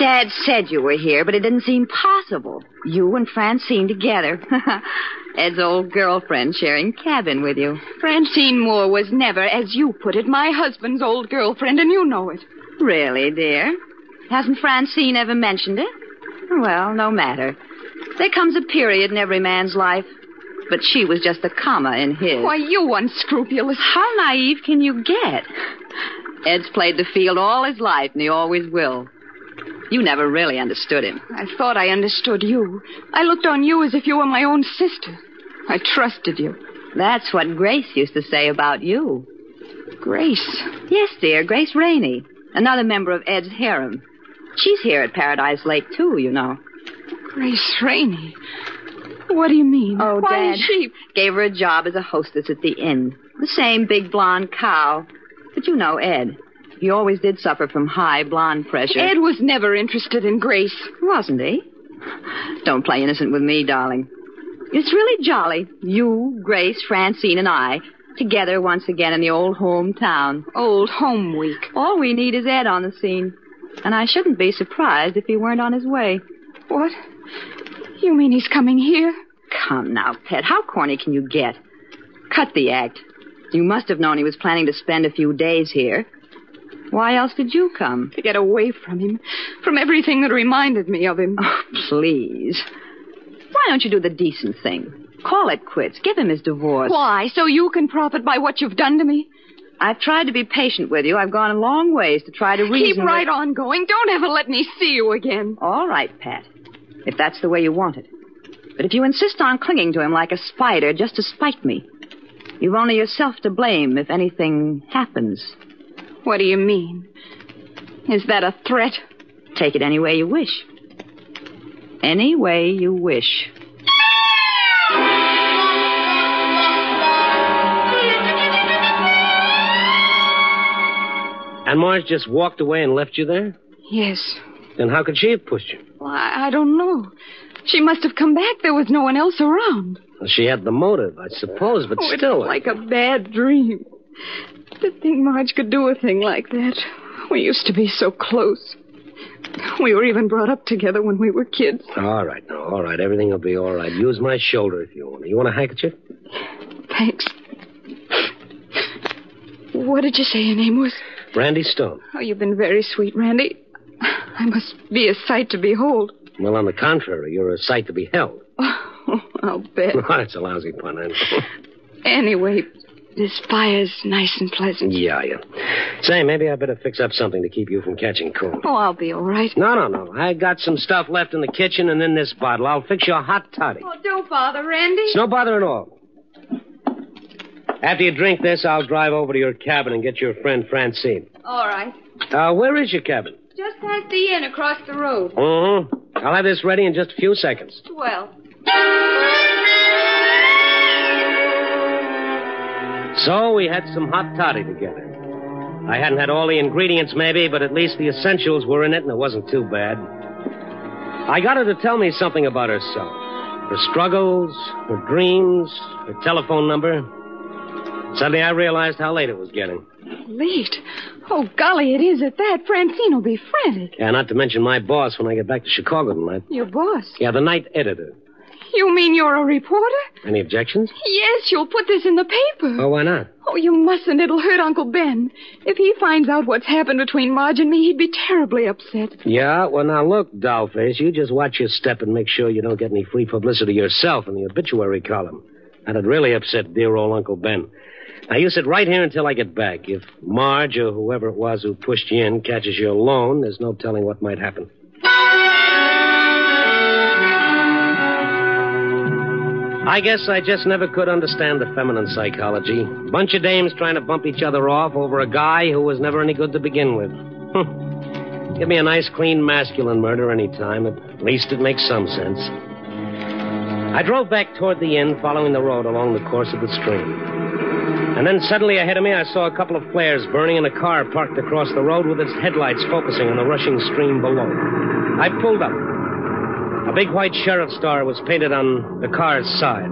Q: Dad said you were here, but it didn't seem possible. You and Francine together. [laughs] Ed's old girlfriend sharing cabin with you.
P: Francine Moore was never, as you put it, my husband's old girlfriend, and you know it.
Q: Really, dear? Hasn't Francine ever mentioned it? Well, no matter. There comes a period in every man's life, but she was just a comma in his.
P: Why, you unscrupulous.
Q: How naive can you get? Ed's played the field all his life, and he always will. You never really understood him.
P: I thought I understood you. I looked on you as if you were my own sister. I trusted you.
Q: That's what Grace used to say about you.
P: Grace?
Q: Yes, dear, Grace Rainey, another member of Ed's harem. She's here at Paradise Lake, too, you know.
P: Grace Rainey? What do you mean?
Q: Oh,
P: Why
Q: Dad
P: is she...
Q: gave her a job as a hostess at the inn. The same big blonde cow. But you know Ed. He always did suffer from high blonde pressure.
P: Ed was never interested in Grace.
Q: Wasn't he? Don't play innocent with me, darling. It's really jolly. You, Grace, Francine, and I together once again in the old hometown.
P: Old home week.
Q: All we need is Ed on the scene. And I shouldn't be surprised if he weren't on his way.
P: What? You mean he's coming here?
Q: Come now, Pet. How corny can you get? Cut the act. You must have known he was planning to spend a few days here. Why else did you come?
P: To get away from him, from everything that reminded me of him.
Q: Oh, please. Why don't you do the decent thing? Call it quits. Give him his divorce.
P: Why? So you can profit by what you've done to me?
Q: I've tried to be patient with you. I've gone a long ways to try to reason.
P: Keep right
Q: with...
P: on going. Don't ever let me see you again.
Q: All right, Pat. If that's the way you want it. But if you insist on clinging to him like a spider just to spite me, you've only yourself to blame if anything happens.
P: What do you mean? Is that a threat?
Q: Take it any way you wish. Any way you wish.
D: And Marge just walked away and left you there?
P: Yes.
D: Then how could she have pushed you?
P: Well, I, I don't know. She must have come back. There was no one else around.
D: Well, she had the motive, I suppose, but
P: oh,
D: still.
P: It's like a bad dream. To think Marge could do a thing like that. We used to be so close. We were even brought up together when we were kids.
D: All right, now, all right. Everything will be all right. Use my shoulder if you want to. You want a handkerchief?
P: Thanks. What did you say your name was?
D: Randy Stone.
P: Oh, you've been very sweet, Randy. I must be a sight to behold.
D: Well, on the contrary, you're a sight to be
P: [laughs]
D: held.
P: Oh, I'll bet.
D: That's a lousy pun, I know.
P: anyway, this fire's nice and pleasant.
D: Yeah, yeah. Say, maybe I better fix up something to keep you from catching cold.
P: Oh, I'll be all right.
D: No, no, no. I got some stuff left in the kitchen and in this bottle. I'll fix you a hot toddy.
P: Oh, don't bother, Randy.
D: It's no bother at all. After you drink this, I'll drive over to your cabin and get your friend Francine.
P: All right.
D: Uh, where is your cabin?
P: Just past the inn across the road.
D: Uh-huh. I'll have this ready in just a few seconds.
P: Well.
D: So we had some hot toddy together. I hadn't had all the ingredients, maybe, but at least the essentials were in it, and it wasn't too bad. I got her to tell me something about herself her struggles, her dreams, her telephone number. Suddenly, I realized how late it was getting.
P: Late? Oh, golly, it is at that. Francine will be frantic.
D: Yeah, not to mention my boss when I get back to Chicago tonight.
P: Your boss.
D: Yeah, the night editor.
P: You mean you're a reporter?
D: Any objections?
P: Yes, you'll put this in the paper.
D: Oh, why not?
P: Oh, you mustn't. It'll hurt Uncle Ben. If he finds out what's happened between Marge and me, he'd be terribly upset.
D: Yeah, well, now look, Dollface, you just watch your step and make sure you don't get any free publicity yourself in the obituary column. That'd really upset dear old Uncle Ben. Now, you sit right here until I get back. If Marge or whoever it was who pushed you in catches you alone, there's no telling what might happen. I guess I just never could understand the feminine psychology. Bunch of dames trying to bump each other off over a guy who was never any good to begin with. Hmm. Give me a nice, clean, masculine murder any time. At least it makes some sense. I drove back toward the inn, following the road along the course of the stream. And then suddenly ahead of me, I saw a couple of flares burning and a car parked across the road with its headlights focusing on the rushing stream below. I pulled up. A big white sheriff's star was painted on the car's side.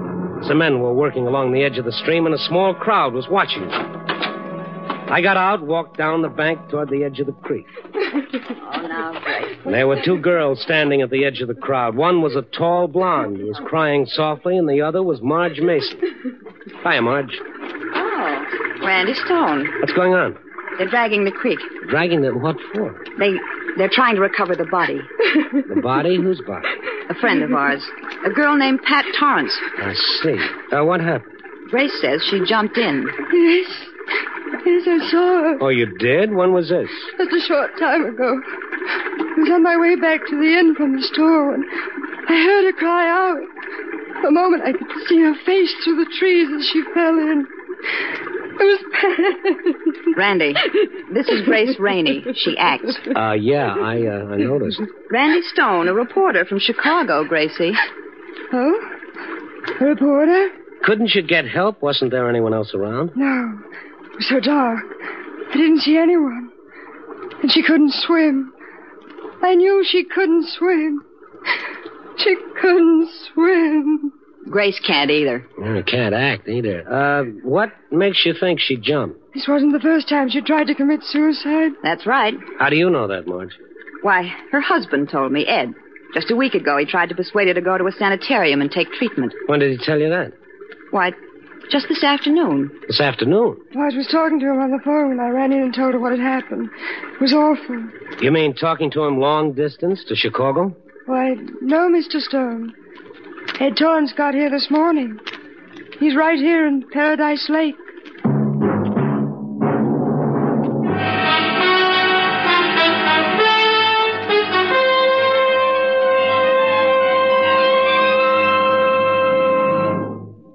D: Some men were working along the edge of the stream, and a small crowd was watching. I got out, walked down the bank toward the edge of the creek.
Q: Oh, now, Grace.
D: And there were two girls standing at the edge of the crowd. One was a tall blonde who was crying softly, and the other was Marge Mason. Hiya, Marge.
Q: Oh, Randy Stone.
D: What's going on?
Q: They're dragging the creek.
D: Dragging them what for?
Q: They they're trying to recover the body.
D: The body? Whose body?
Q: A friend of ours, a girl named Pat Torrance.
D: I see. Uh, what happened?
Q: Grace says she jumped in.
P: Yes. Yes, I saw her.
D: Oh, you did? When was this?
P: Just a short time ago. I was on my way back to the inn from the store when I heard her cry out. For a moment, I could see her face through the trees as she fell in. It was
Q: [laughs]
P: Pat.
Q: Randy, this is Grace Rainey. She acts.
D: Uh, yeah, I, uh, I noticed.
Q: Randy Stone, a reporter from Chicago, Gracie.
P: Oh? A reporter?
D: Couldn't you get help? Wasn't there anyone else around?
P: No. It was so dark. I didn't see anyone. And she couldn't swim. I knew she couldn't swim. She couldn't swim.
Q: Grace can't either.
D: Yeah, can't act either. Uh, what makes you think she jumped?
P: This wasn't the first time she tried to commit suicide.
Q: That's right.
D: How do you know that, Marge?
Q: Why, her husband told me, Ed. Just a week ago, he tried to persuade her to go to a sanitarium and take treatment.
D: When did he tell you that?
Q: Why, just this afternoon.
D: This afternoon.
P: Marge was talking to him on the phone. I ran in and told her what had happened. It was awful.
D: You mean talking to him long distance to Chicago?
P: Why, no, Mr. Stone. Ed Torrance got here this morning. He's right here in Paradise Lake.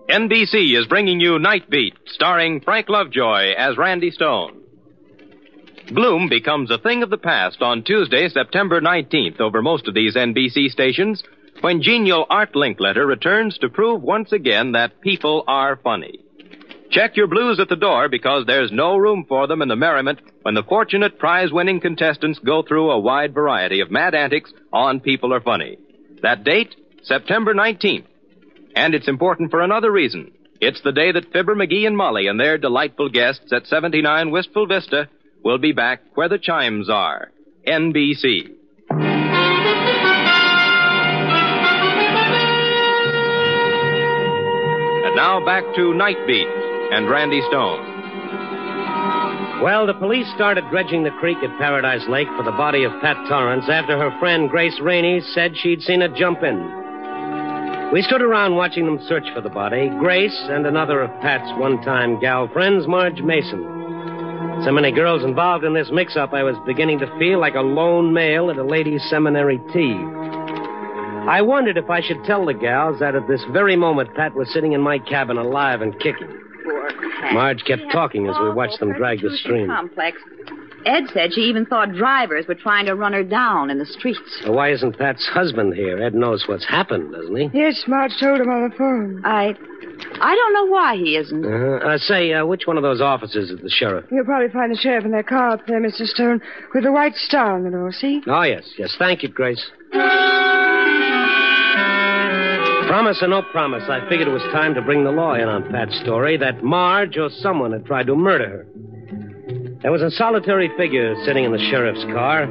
O: NBC is bringing you Night Beat, starring Frank Lovejoy as Randy Stone. Gloom becomes a thing of the past on Tuesday, September 19th, over most of these NBC stations, when genial Art Linkletter returns to prove once again that people are funny. Check your blues at the door because there's no room for them in the merriment when the fortunate prize winning contestants go through a wide variety of mad antics on People Are Funny. That date, September 19th. And it's important for another reason. It's the day that Fibber McGee and Molly and their delightful guests at 79 Wistful Vista will be back where the chimes are. NBC. And now back to Night Beat and Randy Stone.
D: Well, the police started dredging the creek at Paradise Lake for the body of Pat Torrance after her friend Grace Rainey said she'd seen her jump in. We stood around watching them search for the body. Grace and another of Pat's one time gal friends, Marge Mason. So many girls involved in this mix up, I was beginning to feel like a lone male at a ladies' seminary tea. I wondered if I should tell the gals that at this very moment Pat was sitting in my cabin alive and kicking.
Q: Poor Pat.
D: Marge kept
Q: She has
D: talking as we
Q: awful
D: watched them drag the
Q: persecution
D: stream.
Q: Complex. Ed said she even thought drivers were trying to run her down in the streets.
D: Now, Why isn't Pat's husband here? Ed knows what's happened, doesn't he?
P: Yes, Marge told him on the phone.
Q: I I don't know why he isn't.
D: Uh, uh, say, uh, which one of those officers is the sheriff?
R: You'll probably find the sheriff in that car up there, Mr. Stone, with the white star on the door, see?
D: Oh, yes, yes. Thank you, Grace. Promise or no promise, I figured it was time to bring the law in on Pat's story that Marge or someone had tried to murder her. There was a solitary figure sitting in the sheriff's car,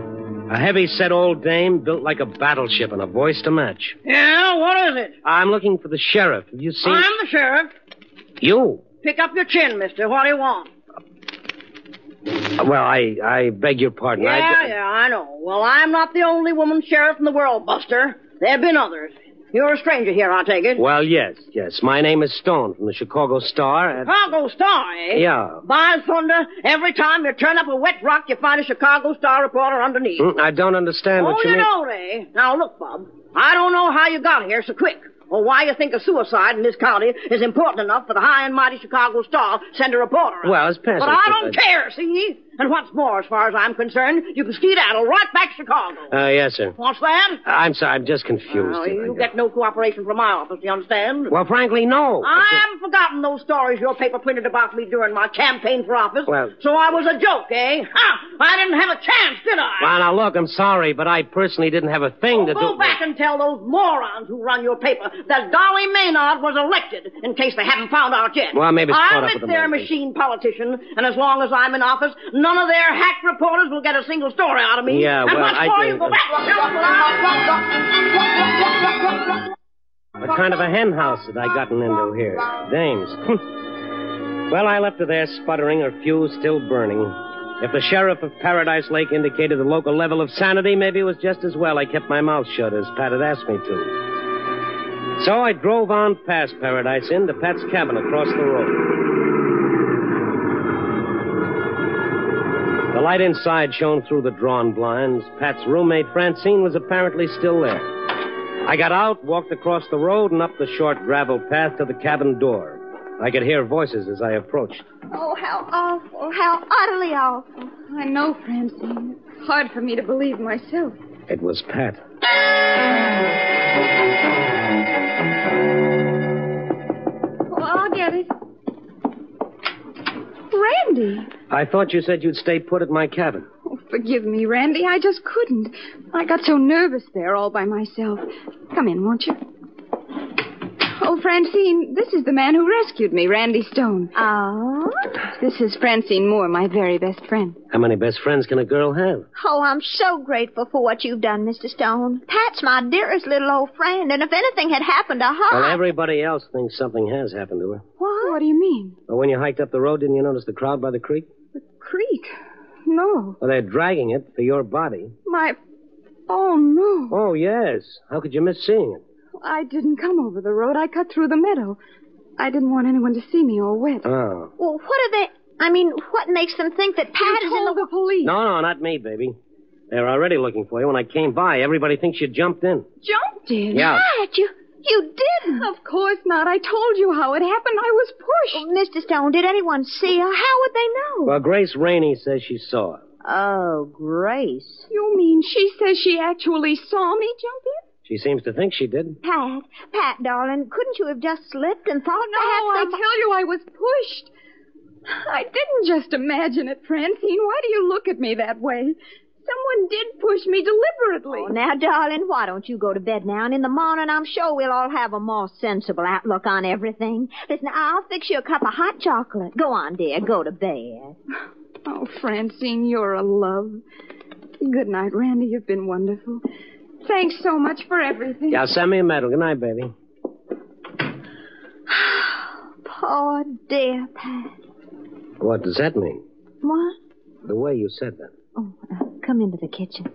D: a heavy set old dame built like a battleship and a voice to match.
S: Yeah, what is it?
D: I'm looking for the sheriff. Have you seen.
S: I'm the sheriff.
D: You?
S: Pick up your chin, mister. What do you want?
D: Well, I, I beg your pardon.
S: yeah,
D: I,
S: yeah, I know. Well, I'm not the only woman sheriff in the world, Buster. There have been others. You're a stranger here, I take it.
D: Well, yes, yes. My name is Stone from the Chicago Star. and-
S: Chicago Star, eh?
D: Yeah.
S: By thunder, every time you turn up a wet rock, you find a Chicago Star reporter underneath.
D: Mm, I don't understand
S: oh,
D: what you
S: you
D: mean.
S: don't, eh? Now, look, Bob. I don't know how you got here so quick, or why you think a suicide in this county is important enough for the high and mighty Chicago Star to send a reporter. out.
D: Well, it's past.
S: But I don't care, see? And what's more, as far as I'm concerned, you can skedaddle right back to Chicago.
D: Uh, yes, sir.
S: What's that?
D: I'm sorry. I'm just confused.
S: Now, you get no cooperation from my office, you understand?
D: Well, frankly, no.
S: I haven't forgotten those stories your paper printed about me during my campaign for office.
D: Well-
S: so I was a joke, eh? Ha! I didn't have a chance, did I?
D: Well, now look, I'm sorry, but I personally didn't have a thing to
S: Go
D: do.
S: back and tell those morons who run your paper that Dolly Maynard was elected, in case they haven't found out yet.
D: Well, maybe it's caught
S: I'm
D: up
S: with
D: with them
S: their
D: lately.
S: machine politician, and as long as I'm in office, none of their hack reporters will get a single story out of me.
D: Yeah,
S: and
D: well,
S: what's
D: I
S: more,
D: do-
S: you go back.
D: What kind of a hen house had I gotten into here? Dames. [laughs] well, I left her there sputtering, her fuse still burning. If the sheriff of Paradise Lake indicated the local level of sanity, maybe it was just as well I kept my mouth shut as Pat had asked me to. So I drove on past Paradise Inn to Pat's cabin across the road. The light inside shone through the drawn blinds. Pat's roommate, Francine, was apparently still there. I got out, walked across the road, and up the short gravel path to the cabin door. I could hear voices as I approached.
P: Oh, how awful. How utterly awful. I know, Francine. It's hard for me to believe myself.
D: It was Pat.
P: Oh, I'll get it. Randy!
D: I thought you said you'd stay put at my cabin.
P: Oh, forgive me, Randy. I just couldn't. I got so nervous there all by myself. Come in, won't you? Oh, Francine, this is the man who rescued me, Randy Stone.
T: Ah?
P: Oh? This is Francine Moore, my very best friend.
D: How many best friends can a girl have?
T: Oh, I'm so grateful for what you've done, Mr. Stone. Pat's my dearest little old friend, and if anything had happened to her.
D: Well, everybody else thinks something has happened to her.
P: What? What do you mean?
D: But when you hiked up the road, didn't you notice the crowd by the creek?
P: Creek? No.
D: Well, they're dragging it for your body.
P: My. Oh, no.
D: Oh, yes. How could you miss seeing it?
P: I didn't come over the road. I cut through the meadow. I didn't want anyone to see me all wet.
D: Oh.
T: Well, what are they. I mean, what makes them think that Pat is in the.
P: police.
D: No, no, not me, baby. They're already looking for you. When I came by, everybody thinks you jumped in.
P: Jumped in?
D: Yeah.
T: Pat, you. You didn't.
P: Of course not. I told you how it happened. I was pushed.
T: Mr. Oh, Stone, did anyone see her? How would they know?
D: Well, Grace Rainey says she saw it.
T: Oh, Grace.
P: You mean she says she actually saw me jump in?
D: She seems to think she did.
T: Pat, Pat, darling, couldn't you have just slipped and thought
P: Oh, I
T: perhaps
P: tell you, I was pushed. I didn't just imagine it, Francine. Why do you look at me that way? Someone did push me deliberately.
T: Oh, now, darling, why don't you go to bed now? And in the morning, I'm sure we'll all have a more sensible outlook on everything. Listen, I'll fix you a cup of hot chocolate. Go on, dear. Go to bed.
P: Oh, Francine, you're a love. Good night, Randy. You've been wonderful. Thanks so much for everything.
D: Yeah, send me a medal. Good night, baby.
T: Poor dear Pat.
D: What does that mean?
T: What?
D: The way you said that.
T: Oh, uh, come into the kitchen.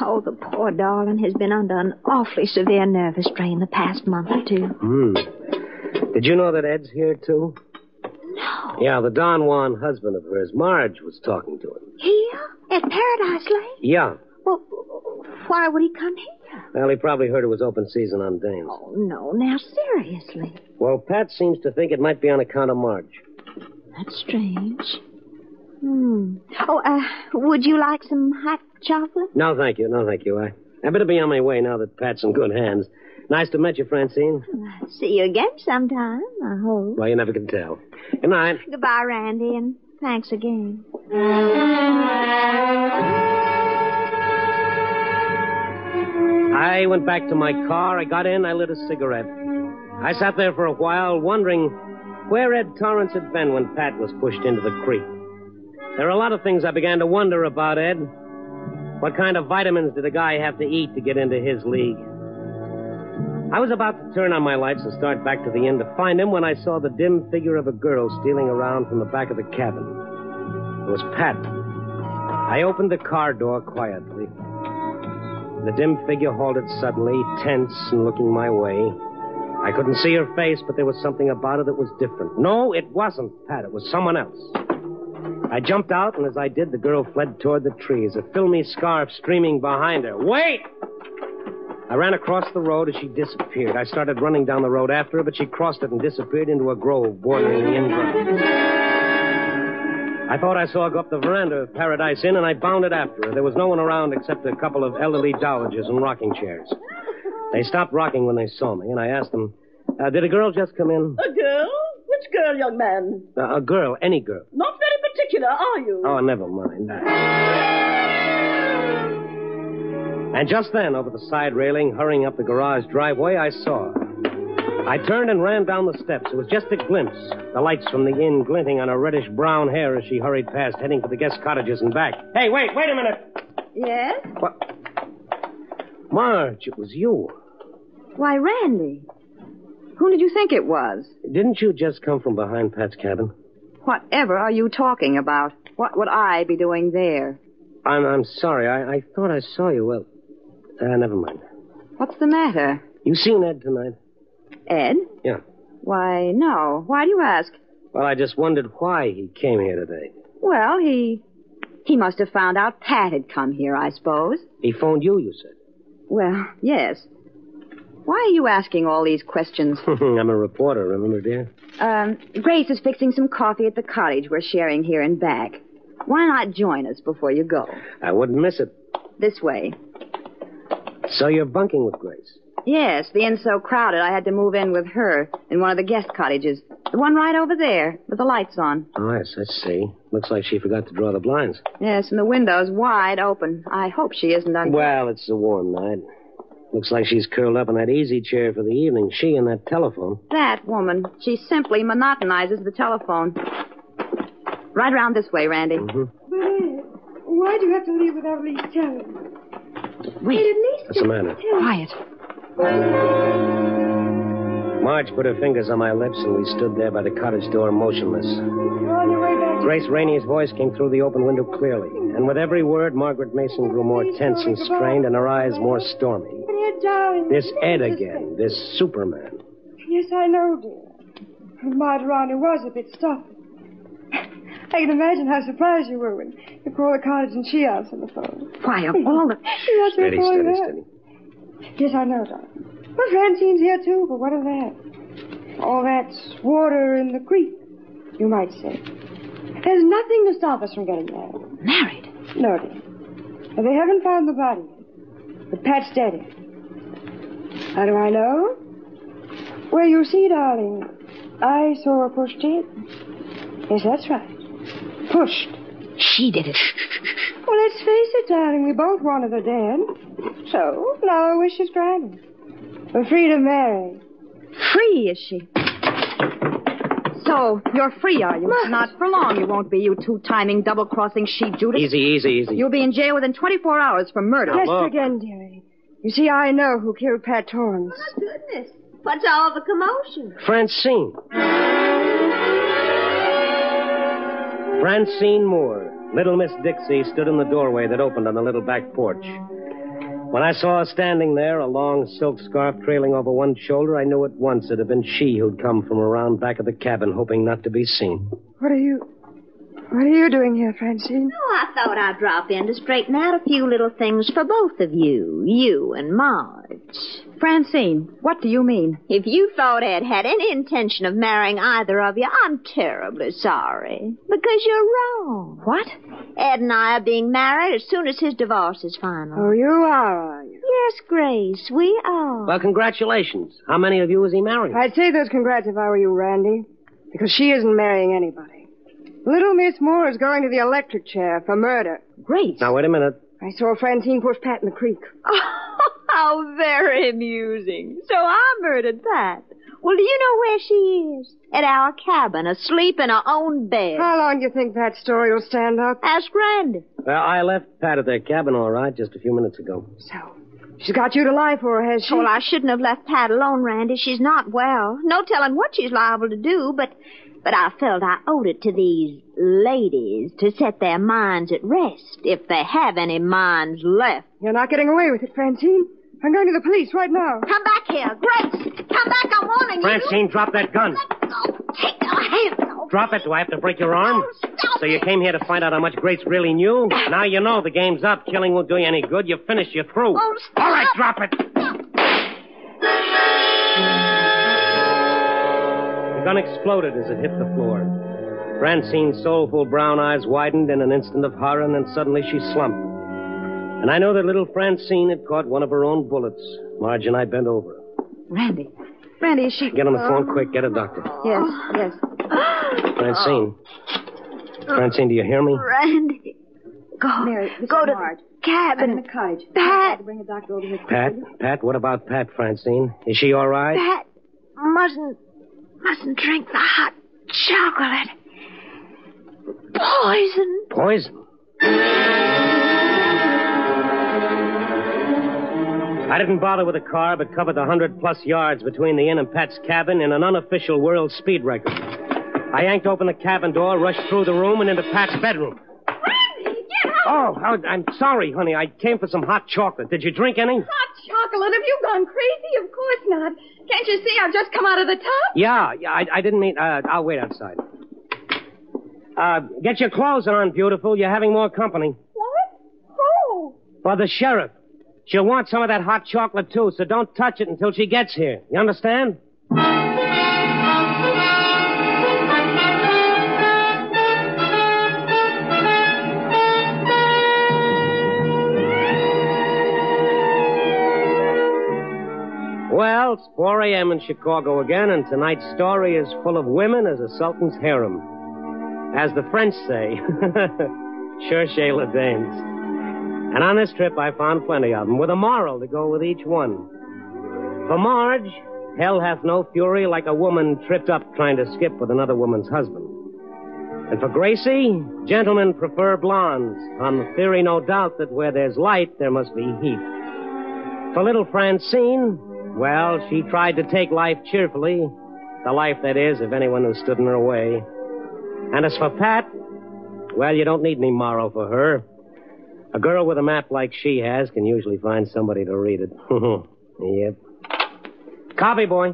T: Oh, the poor darling has been under an awfully severe nervous strain the past month or two.
D: Hmm. Did you know that Ed's here, too? No. Yeah, the Don Juan husband of hers, Marge, was talking to him.
T: Here? At Paradise Lake?
D: Yeah.
T: Well, why would he come here?
D: Well, he probably heard it was open season on Dames.
T: Oh, no, now seriously.
D: Well, Pat seems to think it might be on account of Marge.
T: That's strange. Hmm. Oh, uh, would you like some hot chocolate?
D: No, thank you. No, thank you. I, I better be on my way now that Pat's in good hands. Nice to meet you, Francine.
Q: See you again sometime, I hope.
D: Well, you never can tell. Good night.
Q: Goodbye, Randy, and thanks again.
D: I went back to my car. I got in. I lit a cigarette. I sat there for a while, wondering where Ed Torrance had been when Pat was pushed into the creek. There are a lot of things I began to wonder about Ed. What kind of vitamins did a guy have to eat to get into his league? I was about to turn on my lights and start back to the inn to find him when I saw the dim figure of a girl stealing around from the back of the cabin. It was Pat. I opened the car door quietly. The dim figure halted suddenly, tense and looking my way. I couldn't see her face, but there was something about her that was different. No, it wasn't Pat. It was someone else. I jumped out, and as I did, the girl fled toward the trees, a filmy scarf streaming behind her. Wait! I ran across the road as she disappeared. I started running down the road after her, but she crossed it and disappeared into a grove bordering the inn grounds. I thought I saw her go up the veranda of Paradise Inn, and I bounded after her. There was no one around except a couple of elderly dowagers in rocking chairs. They stopped rocking when they saw me, and I asked them, uh, Did a girl just come in?
S: A girl? Which girl, young man?
D: Uh, a girl, any girl.
S: Not very particular, are you?
D: Oh, never mind. And just then, over the side railing, hurrying up the garage driveway, I saw her. I turned and ran down the steps. It was just a glimpse. The lights from the inn glinting on her reddish brown hair as she hurried past, heading for the guest cottages and back. Hey, wait, wait a minute.
Q: Yes?
D: Marge, it was you.
Q: Why, Randy. Who did you think it was?
D: Didn't you just come from behind Pat's cabin?
Q: Whatever are you talking about? What would I be doing there?
D: I'm, I'm sorry. I, I thought I saw you. Well, uh, never mind.
Q: What's the matter?
D: You seen Ed tonight?
Q: Ed?
D: Yeah.
Q: Why, no. Why do you ask?
D: Well, I just wondered why he came here today.
Q: Well, he. He must have found out Pat had come here, I suppose.
D: He phoned you, you said.
Q: Well, yes. Why are you asking all these questions?
D: I'm a reporter, remember, dear?
Q: Um, Grace is fixing some coffee at the cottage we're sharing here and back. Why not join us before you go?
D: I wouldn't miss it.
Q: This way.
D: So you're bunking with Grace.
Q: Yes, the inn's so crowded I had to move in with her in one of the guest cottages. The one right over there, with the lights on.
D: Oh, yes, I see. Looks like she forgot to draw the blinds.
Q: Yes, and the window's wide open. I hope she isn't on.
D: Well, it's a warm night. Looks like she's curled up in that easy chair for the evening. She and that telephone.
Q: That woman, she simply monotonizes the telephone. Right around this way, Randy.
D: Mm-hmm.
R: But, Ed, why do you have to leave without at least telling?
Q: Wait,
R: at least.
D: What's the matter?
Q: Quiet.
D: Marge put her fingers on my lips, and we stood there by the cottage door motionless.
R: You're on your way back.
D: Grace Rainey's voice came through the open window clearly, and with every word, Margaret Mason grew more tense and strained, and her eyes more stormy.
R: But, Ed, darling.
D: This Ed again, this Superman.
R: Yes, I know, dear. And my Durrani was a bit stuffy. I can imagine how surprised you were when you called the cottage and she answered the phone.
Q: Why, of all the...
R: Yes,
D: Steady, steady, steady.
R: Yes, I know, darling. But Francine's here, too, but what of that? All that's water in the creek, you might say. There's nothing to stop us from getting married.
Q: Married?
R: No, dear. But they haven't found the body yet. But Pat's dead. How do I know? Well, you see, darling, I saw her pushed in. Yes, that's right. Pushed.
Q: She did it.
R: Well, let's face it, darling, we both wanted her dead. So, now our wish is granted. We're free to marry.
Q: Free, is she? So, you're free, are you? Not for long you won't be, you two-timing, double-crossing she-Judas.
D: Easy, easy, easy.
Q: You'll be in jail within 24 hours for murder.
R: Just again, dearie. You see, I know who killed Pat Torrance.
Q: Goodness. What's all the commotion?
D: Francine. Francine Moore, little Miss Dixie, stood in the doorway that opened on the little back porch. When I saw her standing there, a long silk scarf trailing over one shoulder, I knew at once it had been she who'd come from around back of the cabin, hoping not to be seen.
R: What are you. What are you doing here, Francine?
Q: Oh, I thought I'd drop in to straighten out a few little things for both of you, you and Mars.
T: George. Francine, what do you mean? If you thought Ed had any intention of marrying either of you, I'm terribly sorry. Because you're wrong. What? Ed and I are being married as soon as his divorce is final.
R: Oh, you are, are you?
T: Yes, Grace, we are.
D: Well, congratulations. How many of you is he married?
R: I'd say those congrats if I were you, Randy. Because she isn't marrying anybody. Little Miss Moore is going to the electric chair for murder.
T: Grace.
D: Now, wait a minute.
R: I saw Francine push Pat in the creek.
Q: Oh.
T: How very amusing. So I murdered Pat. Well, do you know where she is? At our cabin, asleep in her own bed.
R: How long do you think that story will stand up?
T: Ask Randy.
D: Well, I left Pat at their cabin, all right, just a few minutes ago.
R: So, she's got you to lie for, has she?
T: Well, I shouldn't have left Pat alone, Randy. She's not well. No telling what she's liable to do, but but I felt I owed it to these ladies to set their minds at rest, if they have any minds left.
R: You're not getting away with it, Francine. I'm going to the police right now.
T: Come back here, Grace. Come back, I'm warning you.
D: Francine, drop that gun.
T: Oh, take her hand off.
D: Drop it. Do I have to break your arm? So you came here to find out how much Grace really knew? Now you know the game's up. Killing won't do you any good. You're finished. You're through.
T: Oh, stop.
D: All right, drop it. The gun exploded as it hit the floor. Francine's soulful brown eyes widened in an instant of horror, and then suddenly she slumped. And I know that little Francine had caught one of her own bullets. Marge and I bent over.
Q: Randy. Randy, is she. Oh.
D: Get on the phone quick. Get a doctor.
Q: Yes,
R: Oh.
Q: yes.
D: Francine. Francine, do you hear me?
T: Randy. Go.
R: Mary, this
T: go
R: is
T: to
R: Marge.
T: the cabin.
R: I'm in the cottage.
T: Pat.
R: Bring a doctor over here.
D: Pat? Pat? What about Pat, Francine? Is she all right?
T: Pat mustn't. mustn't drink the hot chocolate. Poison.
D: Poison? I didn't bother with the car, but covered the 100 plus yards between the inn and Pat's cabin in an unofficial world speed record. I yanked open the cabin door, rushed through the room, and into Pat's bedroom.
P: Randy, get out!
D: Oh, how- I'm sorry, honey. I came for some hot chocolate. Did you drink any?
P: Hot chocolate? Have you gone crazy? Of course not. Can't you see I've just come out of the tub?
D: Yeah, yeah I, I didn't mean. Uh, I'll wait outside. Uh, get your clothes on, beautiful. You're having more company.
P: What? Who?
D: Well, the sheriff. She'll want some of that hot chocolate, too, so don't touch it until she gets here. You understand? Well, it's 4 a.m. in Chicago again, and tonight's story is full of women as a sultan's harem. As the French say, [laughs] cherchez la dames. And on this trip, I found plenty of them, with a moral to go with each one. For Marge, hell hath no fury like a woman tripped up trying to skip with another woman's husband. And for Gracie, gentlemen prefer blondes, on the theory, no doubt, that where there's light, there must be heat. For little Francine, well, she tried to take life cheerfully, the life that is, of anyone who stood in her way. And as for Pat, well, you don't need any moral for her. A girl with a map like she has can usually find somebody to read it. [laughs] yep. Copy, boy.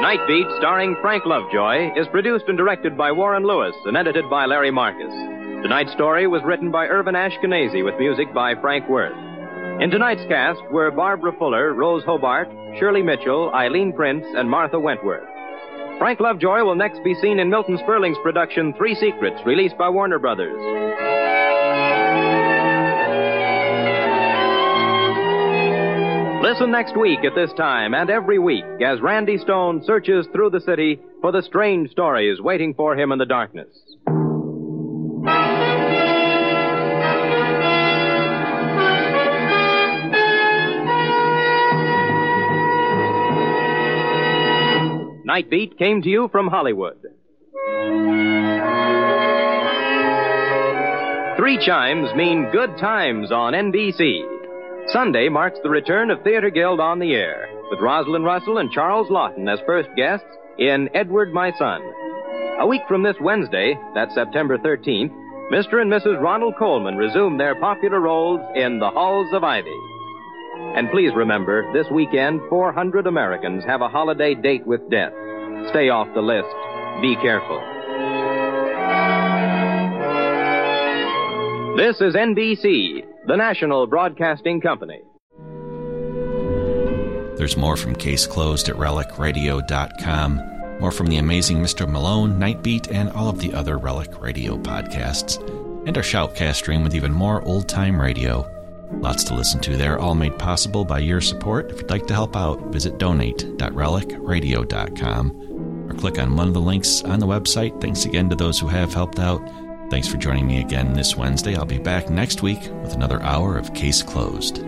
O: Night Beat, starring Frank Lovejoy, is produced and directed by Warren Lewis and edited by Larry Marcus. Tonight's story was written by Irvin Ashkenazy with music by Frank Worth. In tonight's cast were Barbara Fuller, Rose Hobart, Shirley Mitchell, Eileen Prince, and Martha Wentworth. Frank Lovejoy will next be seen in Milton Sperling's production Three Secrets, released by Warner Brothers. Listen next week at this time and every week as Randy Stone searches through the city for the strange stories waiting for him in the darkness. Night Beat came to you from Hollywood. Three chimes mean good times on NBC. Sunday marks the return of Theater Guild on the air, with Rosalind Russell and Charles Lawton as first guests in Edward My Son. A week from this Wednesday, that's September 13th, Mr. and Mrs. Ronald Coleman resume their popular roles in The Halls of Ivy. And please remember, this weekend, 400 Americans have a holiday date with death. Stay off the list. Be careful. This is NBC, the national broadcasting company.
A: There's more from Case Closed at relicradio.com, more from the amazing Mr. Malone, Nightbeat, and all of the other Relic Radio podcasts, and our shoutcast stream with even more old time radio. Lots to listen to there, all made possible by your support. If you'd like to help out, visit donate.relicradio.com or click on one of the links on the website. Thanks again to those who have helped out. Thanks for joining me again this Wednesday. I'll be back next week with another hour of Case Closed.